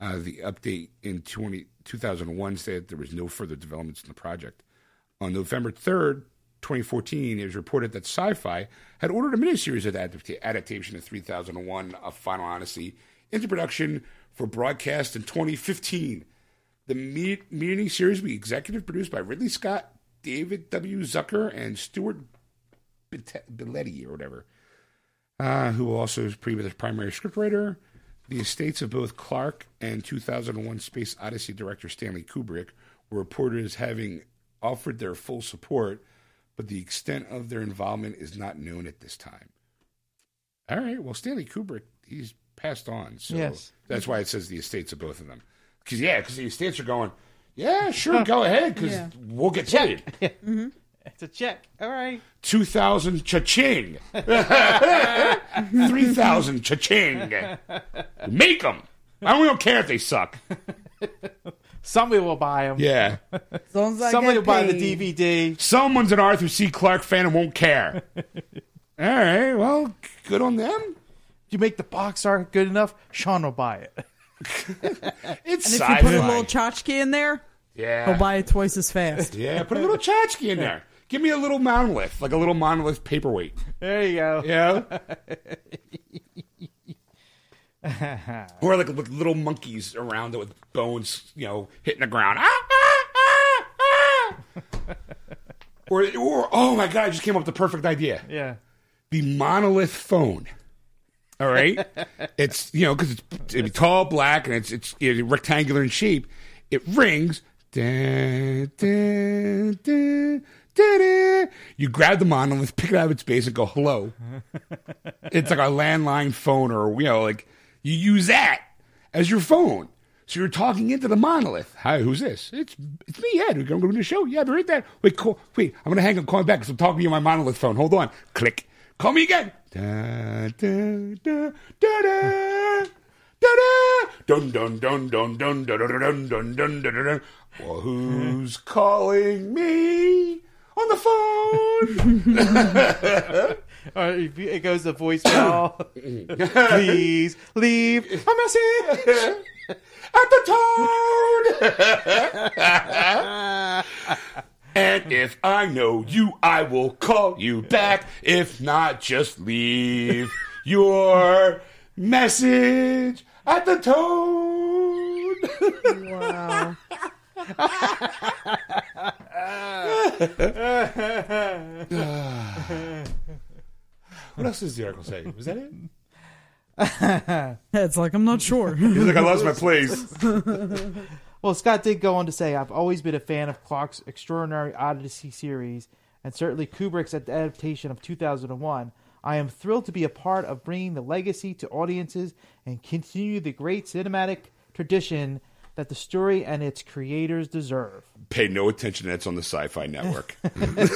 Uh, the update in 20, 2001 said there was no further developments in the project. On November 3rd, 2014, it was reported that Sci Fi had ordered a miniseries of adapta- adaptation of 3001 A Final Odyssey into production for broadcast in 2015. The mi- miniseries will be executive produced by Ridley Scott, David W. Zucker, and Stuart Bit- Biletti, or whatever, uh, who will also is pre- the primary scriptwriter. The estates of both Clark and 2001 Space Odyssey director Stanley Kubrick were reported as having offered their full support, but the extent of their involvement is not known at this time. All right. Well, Stanley Kubrick, he's passed on. So Yes. that's why it says the estates of both of them. Because, yeah, because the estates are going, yeah, sure, go ahead, because Yeah. we'll get <laughs> paid. It's a check. All right. 2,000 <laughs> cha-ching. 3,000 cha-ching. Make them. I don't care if they suck. Somebody will buy them. Yeah. As long as I Somebody get will buy the paid. DVD. Someone's an Arthur C. Clarke fan and won't care. All right. Well, good on them. You make the box art good enough, Sean will buy it. It's And if sci-fi. you put a little tchotchke in there, yeah, he'll buy it twice as <laughs> fast. yeah. Put a little tchotchke in there. Give me a little monolith, like a little monolith paperweight. <laughs> There you go. You know? <laughs> or like with little monkeys around it with bones, you know, hitting the ground. Ah, ah, ah, ah. or, or oh my god, I just came up with the perfect idea. Yeah. The monolith phone. All right, it's you know because it's, it's tall, black, and it's it's you know, rectangular in shape. It rings. Dun, dun, dun, dun, dun. You grab the monolith, pick it out of its base, and go hello. it's like a landline phone, or you know, like you use that as your phone. So you're talking into the monolith. Hi, who's this? It's it's me, Ed. We're going to do the show. Yeah, I'll be right there. Wait, call, wait. I'm going to hang up. Call me back because I'm talking to you on my monolith phone. Hold on. Click. Call me again. Da, da, da, da, da. Da-da! Dun dun dun dun dun dun dun dun dun dun dun dun dun. Well, who's calling me on the phone? Or if you- it goes to <coughs> voicemail. Please leave a <laughs> message. At the tone. and if I know you, I will call you back. If not, just leave your message at the tone. Wow. <sighs> what else does the article say? Was that it? It's like I'm not <laughs> sure. He's like, I lost my place. Well, Scott did go on to say, I've always been a fan of Clark's Extraordinary Odyssey series, and certainly Kubrick's adaptation of 2001. I am thrilled to be a part of bringing the legacy to audiences and continue the great cinematic tradition that the story and its creators deserve. Pay no attention. That's on the Sci-Fi Network. That's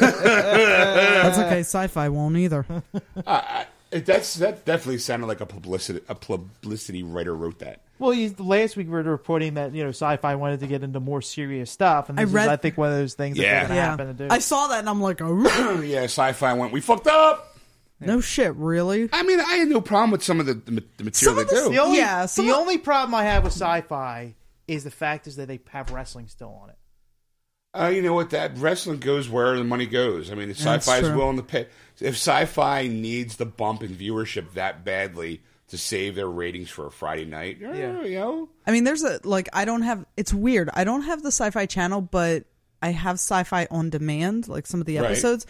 okay. Sci-fi won't either. <laughs> I, I, that's that definitely sounded like a publicity a publicity writer wrote that. <clears throat> Well, you, last week we were reporting that you know sci-fi wanted to get into more serious stuff, and I this is, read- I think, one of those things Yeah. that they're going to Yeah. happen to do. I saw that and I'm like, <laughs> oh, yeah, Sci-Fi went. We fucked up. no shit, really? I mean, I had no problem with some of the the, ma- the material Some of they the do. The only, Yeah, some the of- only problem I have with sci-fi is the fact is that they have wrestling still on it. Uh, you know what? That wrestling goes where the money goes. I mean, if That's sci-fi is true. willing to pay, if sci-fi needs the bump in viewership that badly to save their ratings for a Friday night, eh, Yeah. you know, I mean, there's a like I don't have. It's weird. I don't have the Sci-Fi Channel, but I have Sci-Fi on demand, like some of the Right. episodes.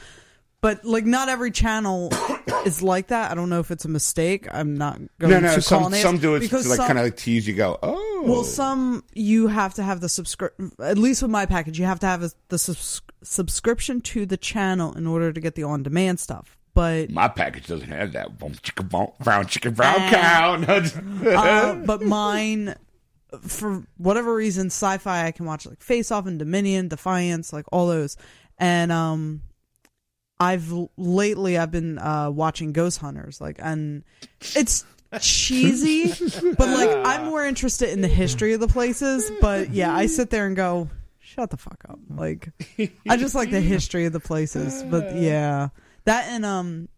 But like, not every channel <coughs> is like that. I don't know if it's a mistake. I'm not going no, no. Um, to call Some names some do it to because like some- kind of like tease you. Go, oh, Well, some you have to have the subscription. At least with my package, you have to have a, the subs- subscription to the channel in order to get the on-demand stuff. But my package doesn't have that. Boom, chicka, boom, brown chicken, brown cow. <laughs> uh, but mine, for whatever reason, sci-fi I can watch like Face Off and Dominion, Defiance, like all those. And um, I've lately I've been uh watching Ghost Hunters, like, and it's cheesy, but like I'm more interested in the history of the places. But yeah, I sit there and go. Shut the fuck up! Like, I just like the history of the places, but yeah, that and um,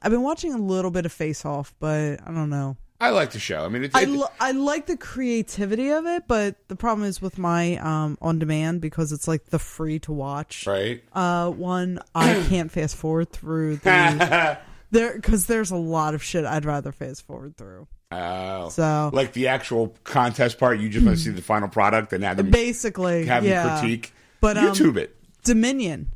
I've been watching a little bit of Face Off, but I don't know. I like the show. I mean, it's I, it- lo- I like the creativity of it, but the problem is with my um, on demand because it's like the free to watch right. uh, one. <clears throat> I can't fast forward through the <laughs> there because there's a lot of shit I'd rather fast forward through. Oh, So- like the actual contest part, you just want to see the final product and have them, Basically, have them yeah. critique. But um, YouTube it. Dominion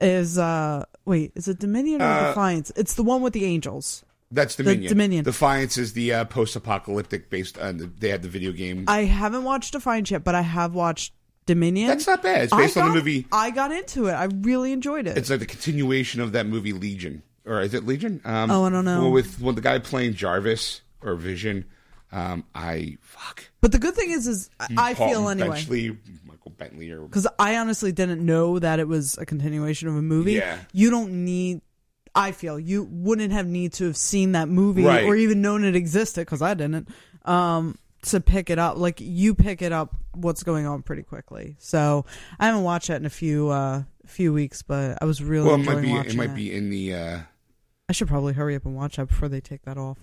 is uh wait is it Dominion or Uh, Defiance? It's the one with the angels. That's Dominion. Dominion. Defiance is the uh, post-apocalyptic based on the, they had the video game. I haven't watched Defiance yet, but I have watched Dominion. That's not bad. It's I based on the got- movie. I got into it. I really enjoyed it. It's like the continuation of that movie Legion, or is it Legion? Um, Oh, I don't know. With with the guy playing Jarvis or Vision. Um, I fuck. But the good thing is, is I- I feel Paul anyway Benchley, Michael Bentley, or because I honestly didn't know that it was a continuation of a movie. Yeah. You don't need. I feel you wouldn't have need to have seen that movie Right. or even known it existed because I didn't. Um, to pick it up, like you pick it up, what's going on pretty quickly. So I haven't watched that in a few uh few weeks, but I was really well, it enjoying might be watching it it. might be in the. Uh, I should probably hurry up and watch that before they take that off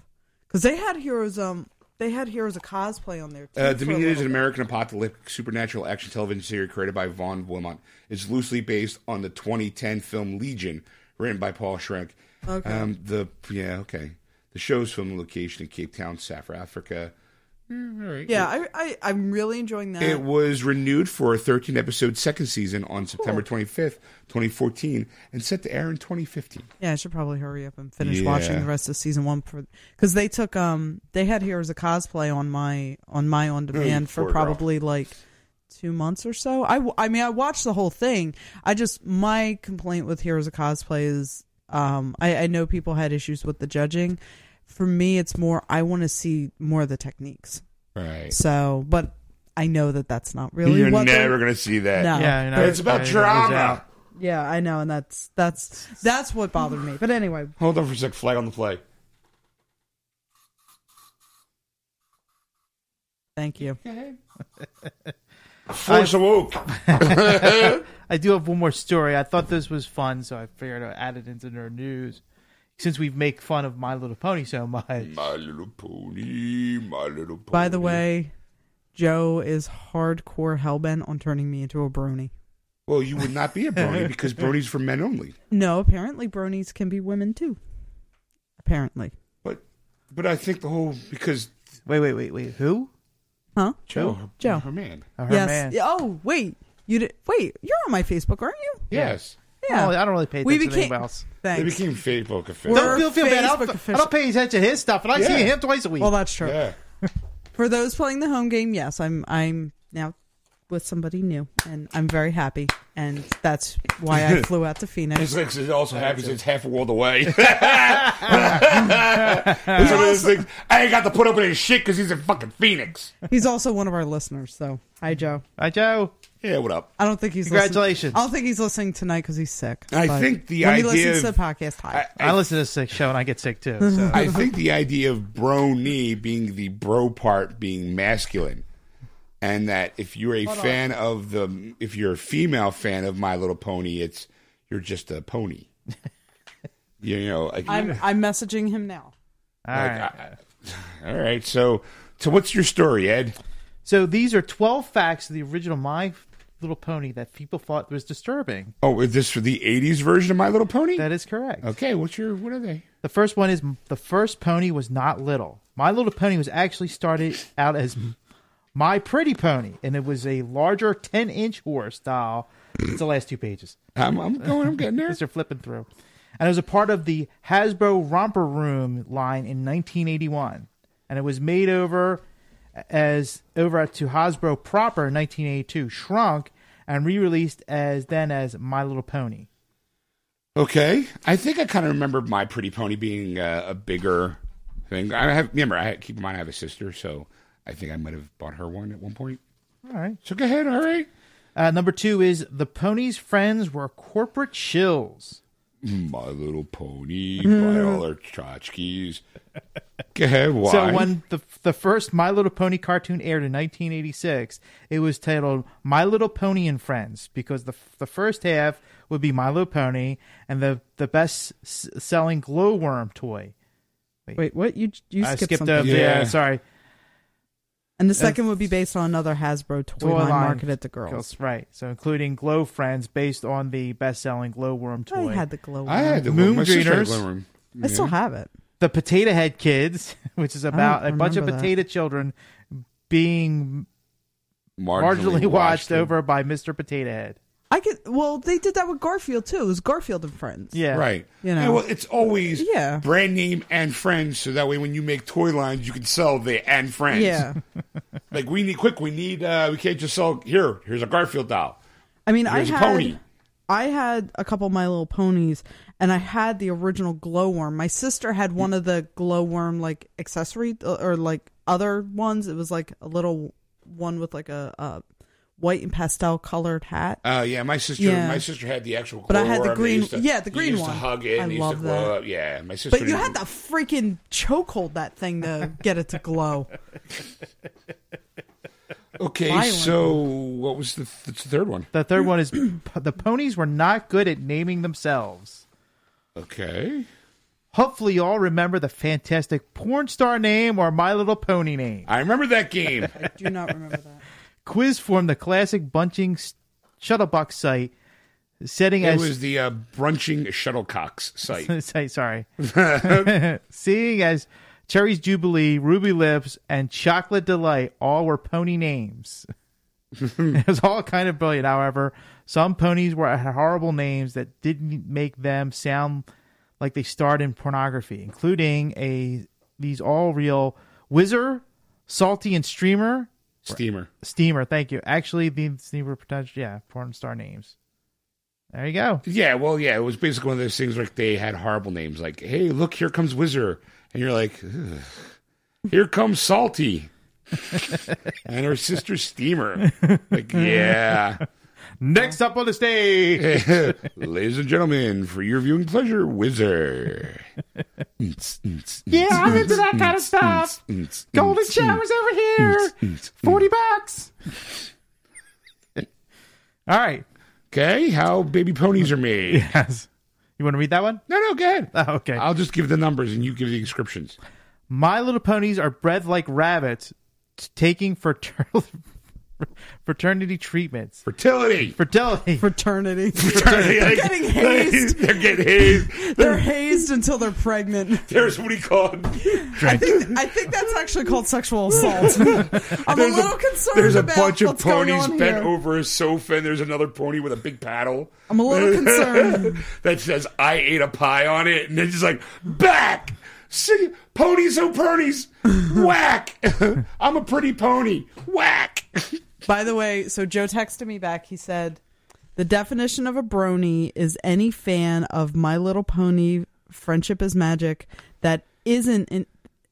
because they had Heroes um They had Heroes of Cosplay on there. Too Uh, for a Dominion is little an bit. American apocalyptic supernatural action television series created by Vaughn Wilmot. It's loosely based on the 2010 film Legion, written by Paul Schrenk. Okay. Um, the yeah, okay. The show's filming location in Cape Town, South Africa. Mm, all right. Yeah, I, I I'm really enjoying that. It was renewed for a 13 episode second season on September 25th, 2014, and set to air in 2015. yeah, I should probably hurry up and finish Yeah. watching the rest of season one for because they took um they had Heroes of Cosplay on my on my on demand poor for girl. probably like two months or so. I w- I mean I watched the whole thing. I just my complaint with Heroes of Cosplay is um I I know people had issues with the judging. For me, it's more I want to see more of the techniques. Right. So, but I know that that's not really You're what they're- never going to see that. No. Yeah, and I- It's about I- I was drama. out. Yeah, I know, and that's that's that's what bothered me. But anyway, Hold on for a sec. Flag on the play. thank you. Force awoke. I do have one more story. I thought this was fun, so I figured I'd add it into their news. Since we make fun of My Little Pony so much, My little pony, my little pony. By the way, Joe is hardcore hellbent on turning me into a brony. Well, you would not be a brony because bronies are for men only. No, apparently bronies can be women too. Apparently, But but I think the whole because wait, wait, wait, wait. Who? huh? Joe, her, Joe. her man. Her yes. man. Oh wait, you did, wait. You're on my Facebook, aren't you? Yes. Yeah. Oh, I don't really pay We attention to became- anybody else. They <laughs> Thanks. became Facebook official. We're Don't feel, feel bad. I Facebook don't, I official. don't pay attention to his stuff, and I Yeah. see him twice a week. Well, that's true. Yeah. For those playing the home game, yes, I'm I'm now with somebody new, and I'm very happy, and that's why <laughs> I flew out to Phoenix. It's like it also happens. It's half a world away. <laughs> It's one of those things. I ain't got to put up with his shit because he's in fucking Phoenix. He's also one of our listeners, so hi Joe. Hi, Joe. Yeah, what up? I don't think he's Congratulations. Listening. I don't think he's listening tonight because he's sick. I but think the when he idea listens to of- the podcast, hi. I listen to this sick show, and I get <laughs> sick too. So. I think the idea of bro knee being the bro part being masculine, and that if you're a fan of the, if you're a female fan of My Little Pony, it's you're just a pony. you know, like, I, am I'm messaging him now. All like, right. I- I- all right. So, so what's your story, Ed? So these are 12 facts of the original My Little Pony that people thought was disturbing. Oh, is this for the '80s version of My Little Pony? That is correct. okay, what's your? What are they? The first one is the first pony was not little. My Little Pony was actually started out as My Pretty Pony, and it was a larger 10 inch horse doll. It's the last two pages. I'm, I'm going. I'm <laughs> getting there. These are flipping through. And it was a part of the Hasbro Romper Room line in 1981. And it was made over as over to Hasbro proper in 1982, shrunk and re-released as then as My Little Pony. Okay, I think I kind of remember My Pretty Pony being uh, a bigger thing. I have remember. I keep in mind I have a sister, so I think I might have bought her one at one point. All right. So go ahead. All right, Uh, number two is the pony's friends were corporate shills. My Little Pony, buy all her <laughs> tchotchkes. Go ahead. Why? So when the the first My Little Pony cartoon aired in 1986, it was titled My Little Pony and Friends because the the first half would be My Little Pony and the the best s- selling glowworm toy. Wait, what? You you I skipped, skipped something. up. Yeah, Yeah. sorry. And the second would be based on another Hasbro toy, line, marketed to girls. right? So including Glow Friends based on the best selling glowworm toy. I had the glow. I had the Moon my sister had Dreamers. one room. I still have it. the Potato Head Kids, <laughs> which is about a bunch of remember that. potato children being marginally, watched, it. over by Mr. Potato Head. I could. Well, they did that with Garfield too. It was Garfield and Friends. Yeah, Right. You know. Yeah, well, it's always Yeah. brand name and friends, so that way when you make toy lines, you can sell the and friends. Yeah. Like we need quick. We need. uh We can't just sell here. Here's a Garfield doll. I mean, Here's a I had pony. I had a couple of My Little Ponies, and I had the original glowworm. My sister had one of the glowworm like accessory uh, or like other ones. It was like a little one with like a, a white and pastel colored hat. Uh, yeah, my sister. Yeah. My sister had the actual. But I had glowworm. the They green- used to- yeah, the you green used one. To hug it. I and you love used to glow that. up. Yeah, my sister. But you had to freaking chokehold that <laughs> thing to get it to glow. Okay, violent. so what was the, th- the third one? The <clears throat> third one is p- the ponies were not good at naming themselves. Okay, Hopefully, you all remember the fantastic porn star name or My Little Pony name. I remember that game. I do not remember that. Quiz formed the classic bunching s- shuttlebuck site, setting it as was the uh, brunching shuttlecocks <laughs> site. say sorry. Seeing as Cherry's Jubilee, Ruby Lips, and Chocolate Delight all were pony <laughs> names. it was all kind of brilliant. However, some ponies were had horrible names that didn't make them sound like they starred in pornography, including a these all real Whizzer, Salty, and Streamer. Steamer. Steamer, thank you. Actually, these these were potential, yeah, porn star names. There you go. Yeah, well, yeah, it was basically one of those things like they had horrible names, like "Hey, look, here comes Whizzer," and you're like, "Ugh. "Here comes Salty," <laughs> and her sister Steamer. Like, yeah, <laughs> Next up on the stage. ladies and gentlemen, for your viewing pleasure, Whizzer. Yeah, I'm into that kind of stuff. Golden showers over here. Forty bucks. <laughs> All right. Okay, how baby ponies are made? Yes. You want to read that one? <laughs> No, no, go ahead. Oh, okay. I'll just give the numbers and you give the descriptions. My little ponies are bred like rabbits, t- taking fraternal <laughs> fraternity treatments. Fertility. <laughs> Fertility. Fraternity. Fertility. They're getting <laughs> hazed. They're getting hazed. They're hazed until they're pregnant. There's what he called. I think, I think that's actually called <laughs> sexual assault. I'm a little concerned There's a about bunch of what's going ponies on bent here. over a sofa, and there's another pony with a big paddle. I'm a <laughs> little concerned. that says "I ate a pie" on it, and it's just like back. See, ponies oh ponies, whack! <laughs> I'm a pretty pony, whack! <laughs> By the way, so Joe texted me back. He said, The definition of a brony is any fan of My Little Pony, Friendship is Magic, that isn't in,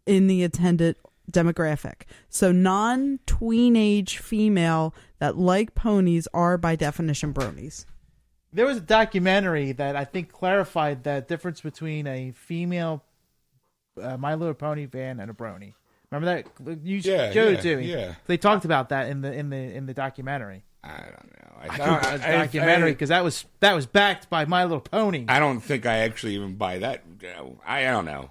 in the attendant demographic. So non tweenage female that like ponies are by definition bronies. There was a documentary that I think clarified that difference between a female uh, My Little Pony fan and a brony. Remember that you Yeah, showed yeah, it to me. yeah. They talked about that in the in the in the documentary. I don't know. I, <laughs> a documentary because that was that was backed by My Little Pony. I, don't think I actually even buy that. I, I don't know.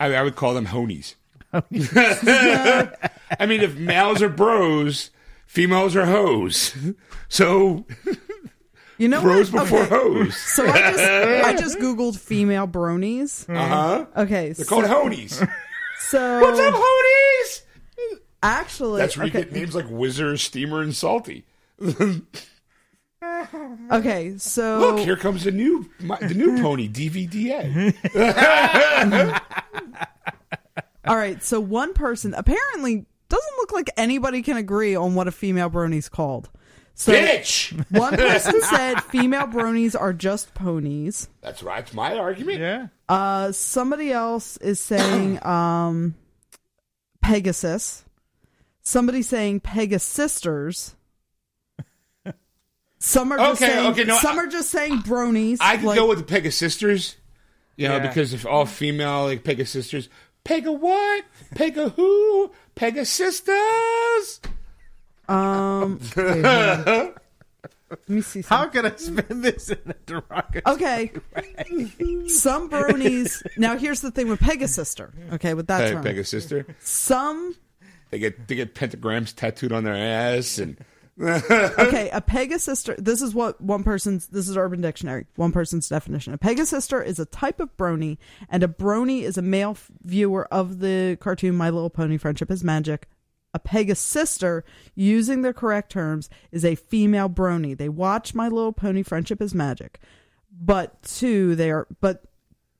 I, I would call them honies. <laughs> I mean, if males are bros, females are hoes. So You know bros what? before Okay. hoes. So I <laughs> just I just googled female bronies. Uh huh. Okay, They're so, called honies. so What's up, honies? actually, That's where you okay, get names like Wizard, Steamer, and Salty. okay, so Look, here comes the new my, the new pony <laughs> DVDA. All right, so one person apparently doesn't look like anybody can agree on what a female brony's called. So Bitch. one <laughs> person said female bronies are just ponies. That's right. That's my argument. yeah, Uh, somebody else <clears throat> is saying um, Pegasus. Somebody saying Pegasus sisters. Some are just Okay, saying okay, no, some I- are just saying bronies. I could like- go with the Pega sisters. You know, Yeah. because if all female like Pega sisters, Pega what? Pega who? Pega sisters. <laughs> um. wait, hold on. Let me see. how could I spin this in a derogatory? Okay. Some bronies. Now, here's the thing with Pegasister. Okay, with that Hey, term. Pega sister. Some. They get they get pentagrams tattooed on their ass and Okay, a Pegasister. This is what one person's. This is Urban Dictionary. One person's definition. A Pegasister is a type of brony, and a brony is a male f- viewer of the cartoon My Little Pony: Friendship is Magic. A Pegasister, using the correct terms, is a female brony. They watch My Little Pony: Friendship is Magic, but two, they are but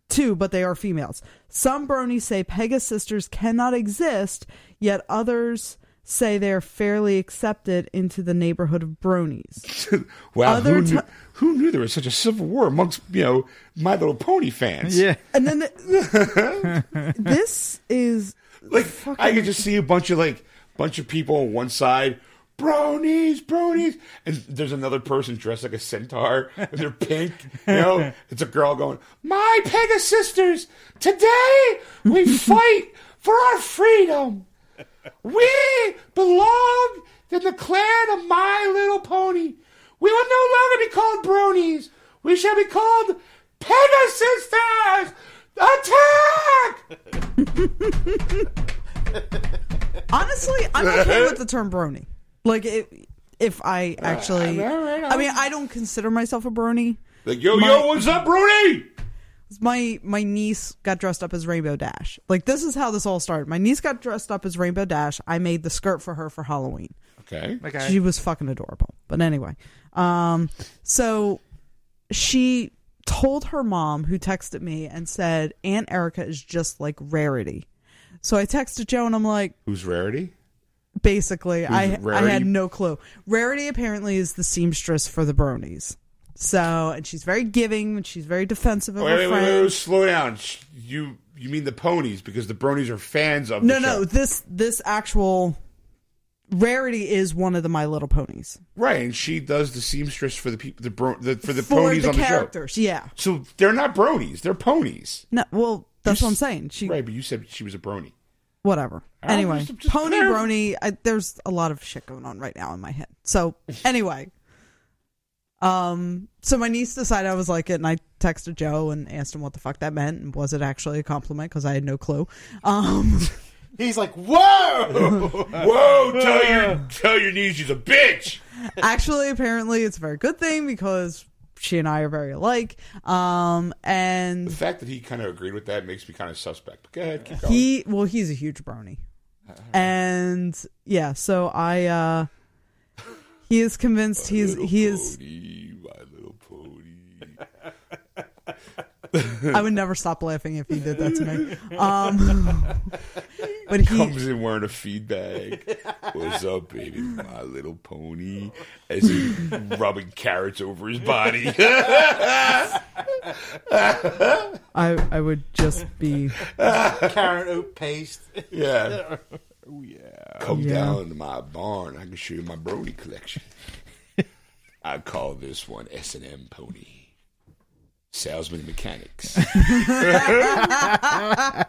two, but they are females. Some bronies say Pegasus sisters cannot exist, yet others say they are fairly accepted into the neighborhood of bronies. wow, Other who, knew, ti- who knew there was such a civil war amongst you know My Little Pony fans? Yeah, And then <laughs> the, this is Like I Fucking- could just see a bunch of like bunch of people on one side, bronies, bronies, and there's another person dressed like a centaur, and they're pink. You know, it's a girl going, "My Pegasus sisters, today we fight for our freedom. We belong to the clan of My Little Pony. We will no longer be called bronies. We shall be called Pegasus sisters." Attack! Honestly, I'm okay with the term brony. Like, it, if I actually, Uh, all right, I mean, I don't consider myself a brony. Like, yo, My- yo, what's up, Brody? my my niece got dressed up as Rainbow Dash. Like this is how this all started. My niece got dressed up as Rainbow Dash. I made the skirt for her for Halloween. Okay. Okay. She was fucking adorable. But anyway, um, so she told her mom, who texted me and said, "Aunt Erica is just like Rarity." So I texted Joe and I'm like, Who's Rarity? basically, I I had Rarity? no clue. Rarity apparently is the seamstress for the Bronies. So and she's very giving and she's very defensive of Oh, Wait, her wait, wait, friends. wait, wait, slow down. Sh- You you mean the ponies because the bronies are fans of No, the no, show. this this actual rarity is one of the My Little Ponies right? And she does the seamstress for the people, the, bro- the for the for ponies the on the show. characters. Yeah, So they're not bronies; they're ponies. no, well, that's You what I'm s- saying. She, Right, but you said she was a brony. whatever. I don't- Anyway, Oh, just- just pony clarif- brony. I, there's a lot of shit going on right now in my head. <laughs> So anyway, um, so my niece decided I was like it, and I texted Joe and asked him what the fuck that meant, and was it actually a compliment? Because I had no clue. Um, <laughs> He's like, whoa! Uh, Whoa! Tell your tell your niece she's a bitch. actually apparently it's a very good thing because she and I are very alike. Um, and The fact that he kind of agreed with that makes me kind of suspect. But go ahead, keep going. he well he's a <laughs> huge brony and yeah so i uh he is convinced he's he is Pony, my little pony. i would never stop laughing if he did that to me um but he Comes in wearing a feed bag. What's up, baby? My little pony. As he's rubbing carrots over his body. <laughs> i i would just <laughs> be Carrot oat paste. yeah. Oh, yeah. Come Yeah. down to my barn. I can show you my brony <laughs> collection. I call this one S and M Pony. Salesman Mechanics. <laughs>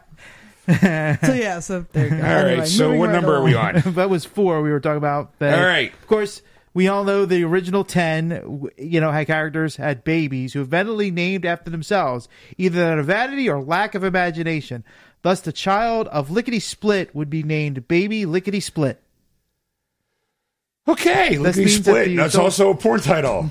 so yeah so there you go All right. Anyway, so moving what right number are we along. on? <laughs> that was four. We were talking about that. All right. Of course, we all know the original ten. w- You know, had characters had babies who eventually named after themselves, either out of vanity or lack of imagination. Thus, the child of Lickety Split would be named Baby Lickety Split. Okay, This Lickety means that Split. the That's adult- also a porn <laughs> title.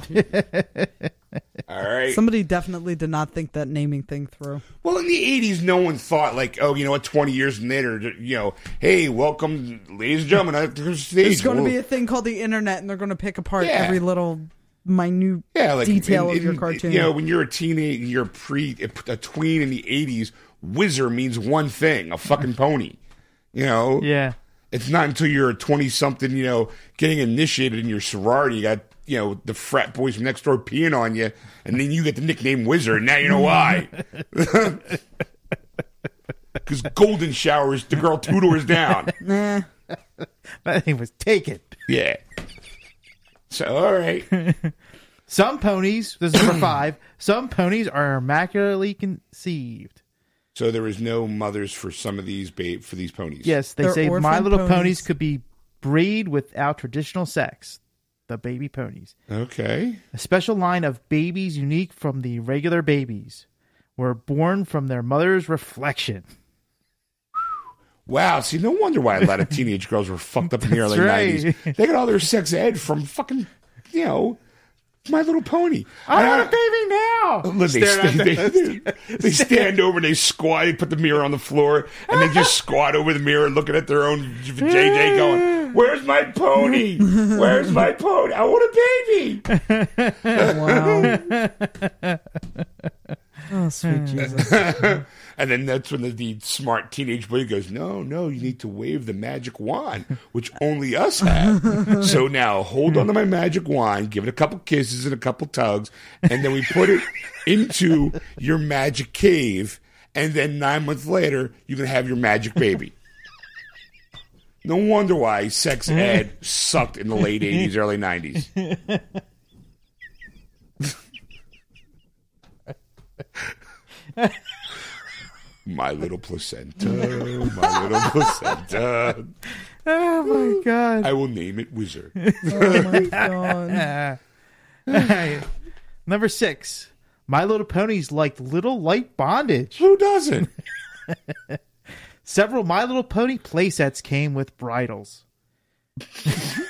All right. somebody definitely did not think that naming thing through Well, in the 80s, no one thought, like, oh, you know what, 20 years later, you know, hey, welcome, ladies and gentlemen, out to the stage. there's going to Well, be a thing called the internet and they're going to pick apart Yeah. every little minute yeah, like, detail in- of your in- cartoon You know, when you're a teenage, you're pre, a tween in the 80s, whizzer means one thing, a fucking pony. You know? Yeah. It's not until you're 20 something, you know, getting initiated in your sorority, you got, you know, the frat boys from next door peeing on you, and then you get the nickname Wizard. Now you know why. <laughs> Because Golden Shower is the girl two doors down. Nah. <laughs> That name was taken. Yeah. So, all right. Some ponies. This is <clears throat> number five. Some ponies are immaculately conceived. So there was no mothers for some of these babe for these ponies. Yes, they They're say My orphan Little ponies. ponies. could be breed without traditional sex. The baby ponies. Okay. A special line of babies unique from the regular babies were born from their mother's reflection. Wow. See, no wonder why a lot <laughs> of teenage girls were fucked up in the early right. 90s. They got all their sex ed from fucking, you know, My Little Pony. I And want a baby now. Look, they, sta- they, they- they stand over and they squat. They put the mirror on the floor and they just squat over the mirror, looking at their own JJ, going, "Where's my pony? Where's my pony? I want a baby." Wow. <laughs> oh, sweet Jesus. And then that's when the, the smart teenage boy goes, "No, no, you need to wave the magic wand, which only us have. so now hold on to my magic wand, give it a couple kisses and a couple tugs, and then we put it into your magic cave." And then nine months later, you can have your magic baby. No wonder why sex ed sucked in the late 80s, early 90s. My little placenta, my little placenta. <laughs> Oh my <laughs> god. I will name it Wizard. Oh my god. Number 6. My Little Ponies like little light bondage. Who doesn't? Several My Little Pony playsets came with bridles.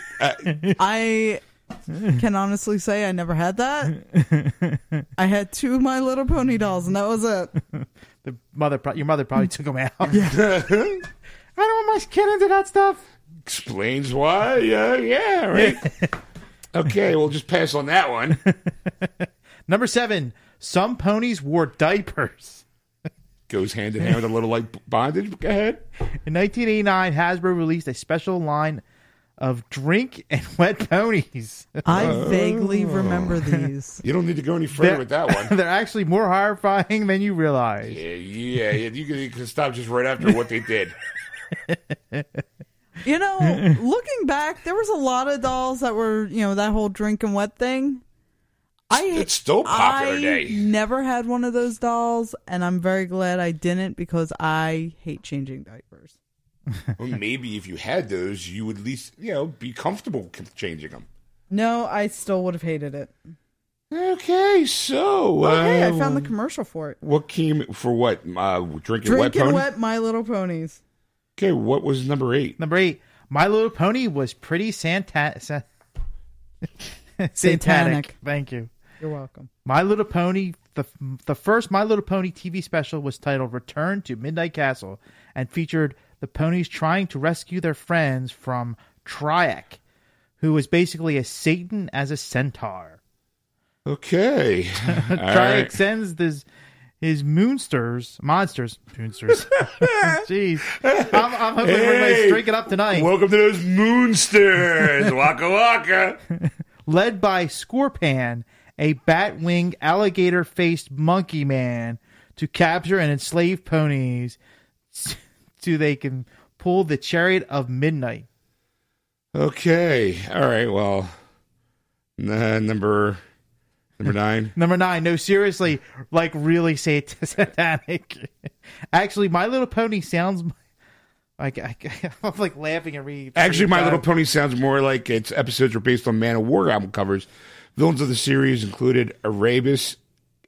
I can honestly say I never had that. I had two of My Little Pony dolls, and that was it. The mother, pro- your mother probably took them out. <laughs> I don't want my kid into that stuff. Explains why. Yeah, yeah, right. <laughs> okay, we'll just pass on that one. Number seven. Some ponies wore diapers. Goes hand in hand with a little like bondage. Go ahead. In 1989, Hasbro released a special line of drink and <laughs> wet ponies. <laughs> I vaguely Oh. remember these. You don't need to go any further with that one. <laughs> They're actually more horrifying than you realize. Yeah, yeah, yeah. You, can, you can stop just right after what they did. You know, looking back, there was a lot of dolls that were, you know, that whole drink and wet thing. I It's still popular I today. never had one of those dolls, and I'm very glad I didn't because I hate changing diapers. Well, maybe if you had those, you would at least you know be comfortable c- changing them. No, I still would have hated it. Okay, so uh, Oh, hey, I found the commercial for it. what came for what uh, drinking Drink wet and pony? wet My Little Ponies. Okay, what was number <laughs> eight? Number eight. My Little Pony was pretty santa- sa- <laughs> satanic. Satanic. Thank you. You're welcome. My Little Pony, the the first My Little Pony TV special was titled "Return to Midnight Castle" and featured the ponies trying to rescue their friends from Triac, who was basically a Satan as a centaur. Okay, <laughs> all Triac right. sends his his moonsters, monsters, <laughs> moonsters. Jeez, I'm, I'm hoping everybody's Hey! drinking up tonight. Welcome to those <laughs> moonsters, waka waka. led by Scorpan, a bat winged alligator faced monkey man, to capture and enslave ponies <laughs> so they can pull the chariot of midnight. Okay, all right. Well, n- uh, number number nine. Number nine, no, seriously, like really sat- satanic. <laughs> Actually, My Little Pony sounds like I, <laughs> I'm like laughing and reading. Actually, My Little Pony sounds more like its episodes were based on Man of War album covers. Villains of the series included Erebus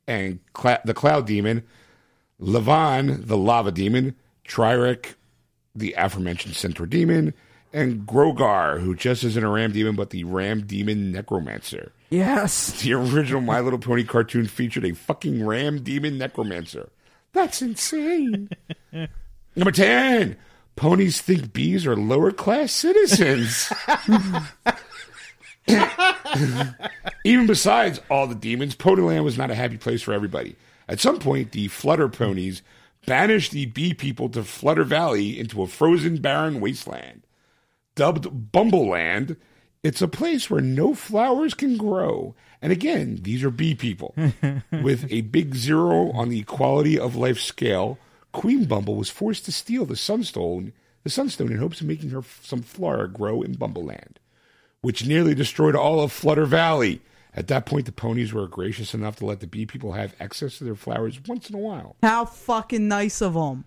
and Cla- the Cloud Demon, Levon, the Lava Demon, Trirek, the aforementioned Centaur Demon, and Grogar, who just isn't a Ram Demon, but the Ram Demon Necromancer. Yes. The original My Little Pony cartoon featured a fucking Ram Demon Necromancer. That's insane. Number 10. Ponies think bees are lower class citizens. Even besides all the demons, Ponyland was not a happy place for everybody. At some point, the Flutter ponies banished the bee people to Flutter Valley into a frozen, barren wasteland. Dubbed Bumbleland, it's a place where no flowers can grow. And again, these are bee people. With a big zero on the quality of life scale, Queen Bumble was forced to steal the sunstone, the sunstone in hopes of making her f- some flower grow in Bumbleland which nearly destroyed all of Flutter Valley. At that point, the ponies were gracious enough to let the bee people have access to their flowers once in a while. How fucking nice of them.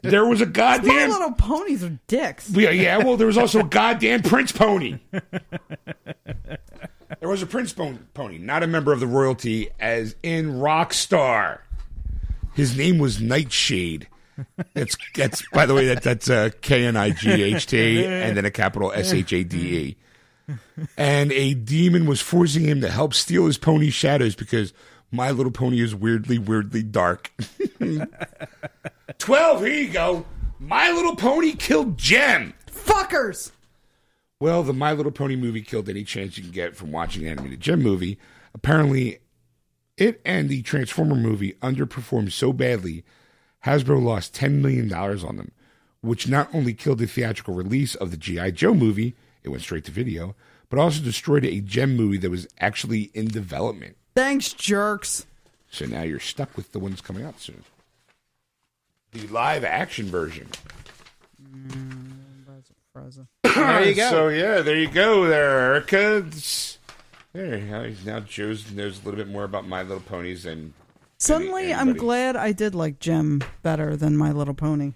There was a My goddamn. Little Ponies are dicks. Yeah, yeah, well, there was also <laughs> a goddamn Prince Pony. There was a Prince Pon- Pony, not a member of the royalty, as in Rockstar. His name was Nightshade. That's that's by the way that that's uh, K N I G H T and then a capital S H A D E. And a demon was forcing him to help steal his pony's shadows because My Little Pony is weirdly, weirdly dark. Twelve. Here you go. My Little Pony killed Jem. Fuckers. Well, the My Little Pony movie killed any chance you can get from watching an animated gem movie. Apparently, it and the Transformer movie underperformed so badly, Hasbro lost $10 million on them, which not only killed the theatrical release of the G.I. Joe movie, it went straight to video, but also destroyed a gem movie that was actually in development. Thanks, jerks. So now you're stuck with the ones coming out soon. The live action version. There you go. So yeah, there you go, there, Erica. It's- There, now- now Joe's knows a little bit more about My Little Ponies than Suddenly, I'm anybody. glad I did like Jim better than My Little Pony.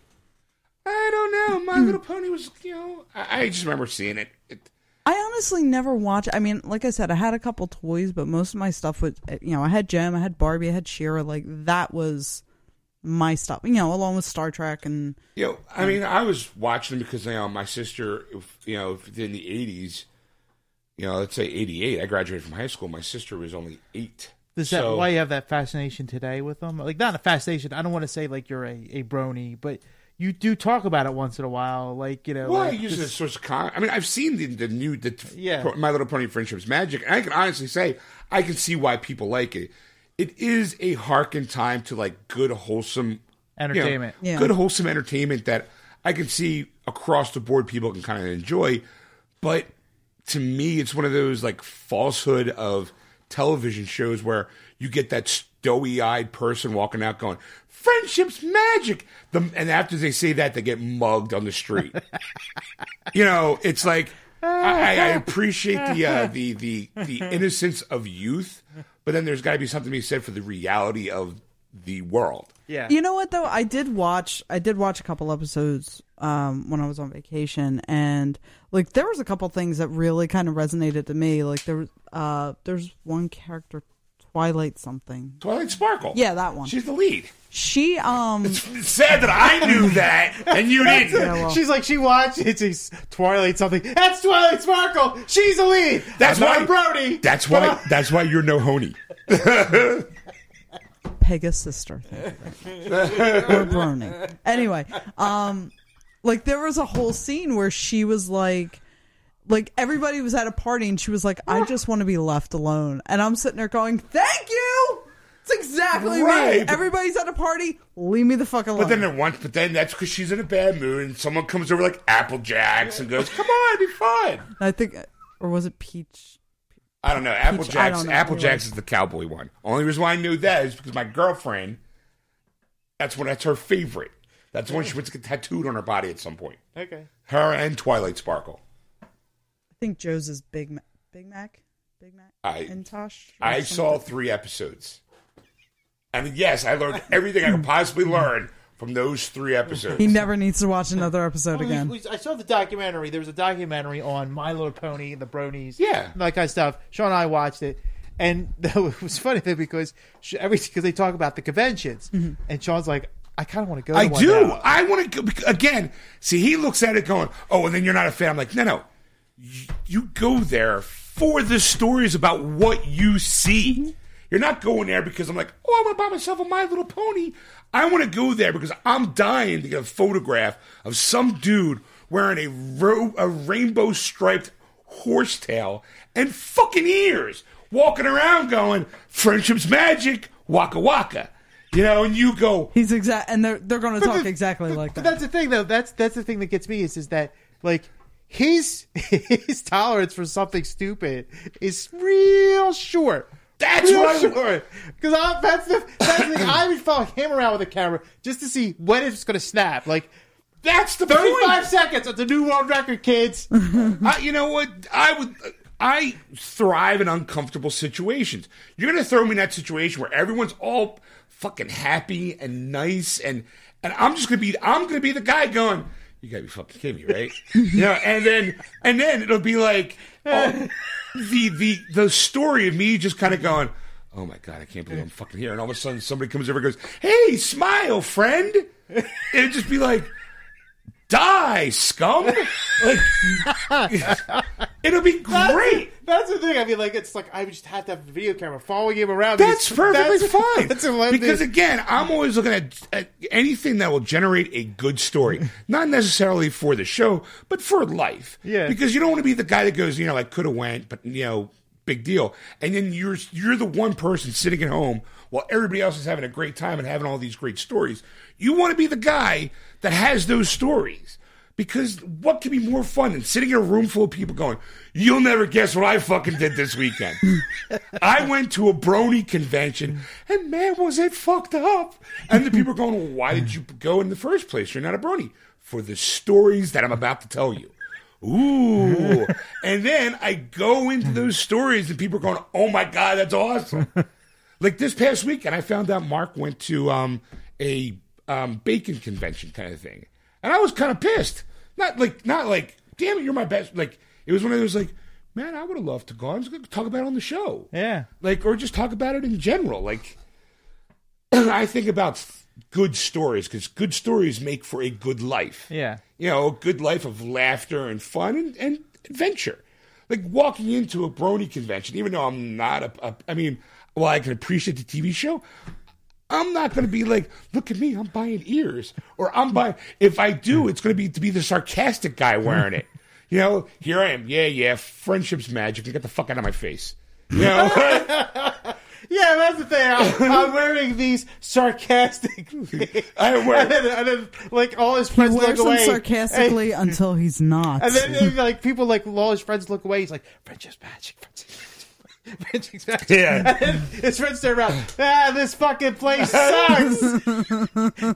Hmm. I don't know. My Little Pony was, you know, I, I just remember seeing it. it I honestly never watched. I mean, like I said, I had a couple toys, but most of my stuff was, eh, you know, I had Gem, I had Barbie, I had Shira. Like that was my stuff. You know, along with Star Trek and You know, I Hmm. mean, I was watching because you know my sister, if, you know, if in the eighties, you know, let's say eighty eight, I graduated from high school. My sister was only eight. Is that why you have that fascination today with them? Like, not a fascination. I don't want to say like you're a, a brony, but you do talk about it once in a while. Like, you know, Well, I like, use this- it as a source of con. I mean, I've seen the, the new the Yeah. Pro- My Little Pony Friendship's magic, and I can honestly say I can see why people like it. It is a harken time to like good wholesome you know, Entertainment. Yeah. good wholesome entertainment that I can see across the board people can kind of enjoy. But to me, it's one of those like falsehood of television shows where you get that stowy eyed person walking out going. Friendship's magic. The, and after they say that, they get mugged on the street you know, it's like I, I appreciate the uh, the the the innocence of youth, but then there's got to be something to be said for the reality of the world. yeah. You know what though? I did watch I did watch a couple episodes um when I was on vacation and like there was a couple things that really kind of resonated to me. Like there was uh there's one character Twilight something. Twilight Sparkle. Yeah, that one. She's the lead. <laughs> She um It's sad that I knew that and you Yeah, didn't. well, She's like, she watched it's a Twilight something. That's Twilight Sparkle. She's the lead. That's why Brody. That's why. That's why you're no honey. Pega's sister. Thank you very much. Or Brony. Anyway, um, like there was a whole scene where she was like, like everybody was at a party and she was like, I just want to be left alone. And I'm sitting there going, Thank you. It's exactly Right, me. but- Everybody's at a party. Leave me the fuck alone. But then at once, but then that's because she's in a bad mood, and someone comes over like Apple Jacks and goes, "Come on, be fun." I think, or was it Peach? I don't know. Apple Peach- I Jacks. don't know. Apple Jacks is the cowboy one. Only reason why I knew that is because my girlfriend. That's when that's her favorite. That's the one she wants to get tattooed on her body at some point. Okay. Her and Twilight Sparkle. I think Joe's is Big Mac. Big Mac? Big Mac? I- and Tosh? or I something. saw three episodes, and yes, I learned everything I could possibly learn from those three episodes. He never needs to watch another episode Well, again. we- I saw the documentary. There was a documentary on My Little Pony, the Bronies, Yeah. and that kind of stuff. Sean and I watched it, and <laughs> it was funny though because she, every because they talk about the conventions, Mm-hmm. and Sean's like, I kind of want to go. To I one do. now." I want to go again. See, he looks at it going, "Oh, and then you're not a fan." I'm like, "No, no, you, you go there for the stories about what you see. You're not going there because I'm like, oh, I want to buy myself a My Little Pony. I want to go there because I'm dying to get a photograph of some dude wearing a ro- a rainbow striped horsetail and fucking ears, walking around going, "Friendship's magic, waka waka." You know, and you go, He's exact, and they're they're going to talk the- exactly like But that. that's the thing, though. That's that's the thing that gets me is is that like his <laughs> his tolerance for something stupid is real short. That's real what I- short. Because that's the that's the thing. I would follow him around with a camera just to see when it's going to snap. Like "That's the point." thirty-five seconds. It's a new world record, kids. I, you know what? I would. I thrive in uncomfortable situations. You're gonna throw me in that situation where everyone's all fucking happy and nice, and and I'm just gonna be. I'm gonna be the guy going. You gotta be fucking kidding me, <laughs> right? you know, and then and then it'll be like oh, <laughs> the the the story of me just kind of going. Oh my god, I can't believe I'm fucking here. And all of a sudden, somebody comes over and goes, "Hey, smile, friend." And it'd just be like, "Die, scum!" Like, It'll be great. That's the thing. I mean, like it's like I would just have to have a video camera following him around. That's perfectly that's- fine. <laughs> That's what because again, I'm always looking at, at anything that will generate a good <laughs> story, not necessarily for the show, but for life. Yeah. Because you don't want to be the guy that goes, you know, like could have went, but you know, big deal. And then you're you're the one person sitting at home while everybody else is having a great time and having all these great stories. You want to be the guy that has those stories. Because what could be more fun than sitting in a room full of people going, You'll never guess what I fucking did this weekend. I went to a brony convention and man, was it fucked up. And the people are going, well, Why did you go in the first place? You're not a brony. For the stories that I'm about to tell you. Ooh. and then I go into those stories and people are going, Oh my God, that's awesome. like this past weekend, I found out Mark went to um, a um, bacon convention kind of thing, and I was kind of pissed. Not like, not like, damn it, you're my best. Like, It was one of those like, man, I would have loved to go. I was going to talk about it on the show, Yeah. like, or just talk about it in general. Like, <clears throat> I think about f- good stories because good stories make for a good life. Yeah. You know, a good life of laughter and fun and, and adventure. Like walking into a Brony convention, even though I'm not a, a I mean, while I can appreciate the TV show, I'm not going to be like, look at me, I'm buying ears. Or I'm buying, if I do, it's going to be to be the sarcastic guy wearing it. You know, here I am. Yeah, yeah, friendship's magic. And get the fuck out of my face. You know? <laughs> Yeah, that's the thing. I'm, I'm wearing these <laughs> sarcastic. things. I wear- and then, and then, like all his He friends look wears them away sarcastically until he's not. And, and then, and, like people like all his friends look away. He's like, "Friendship's magic, friendship's magic, friendship's magic." Yeah. And then his friends turn around. Ah, this fucking place <laughs> sucks.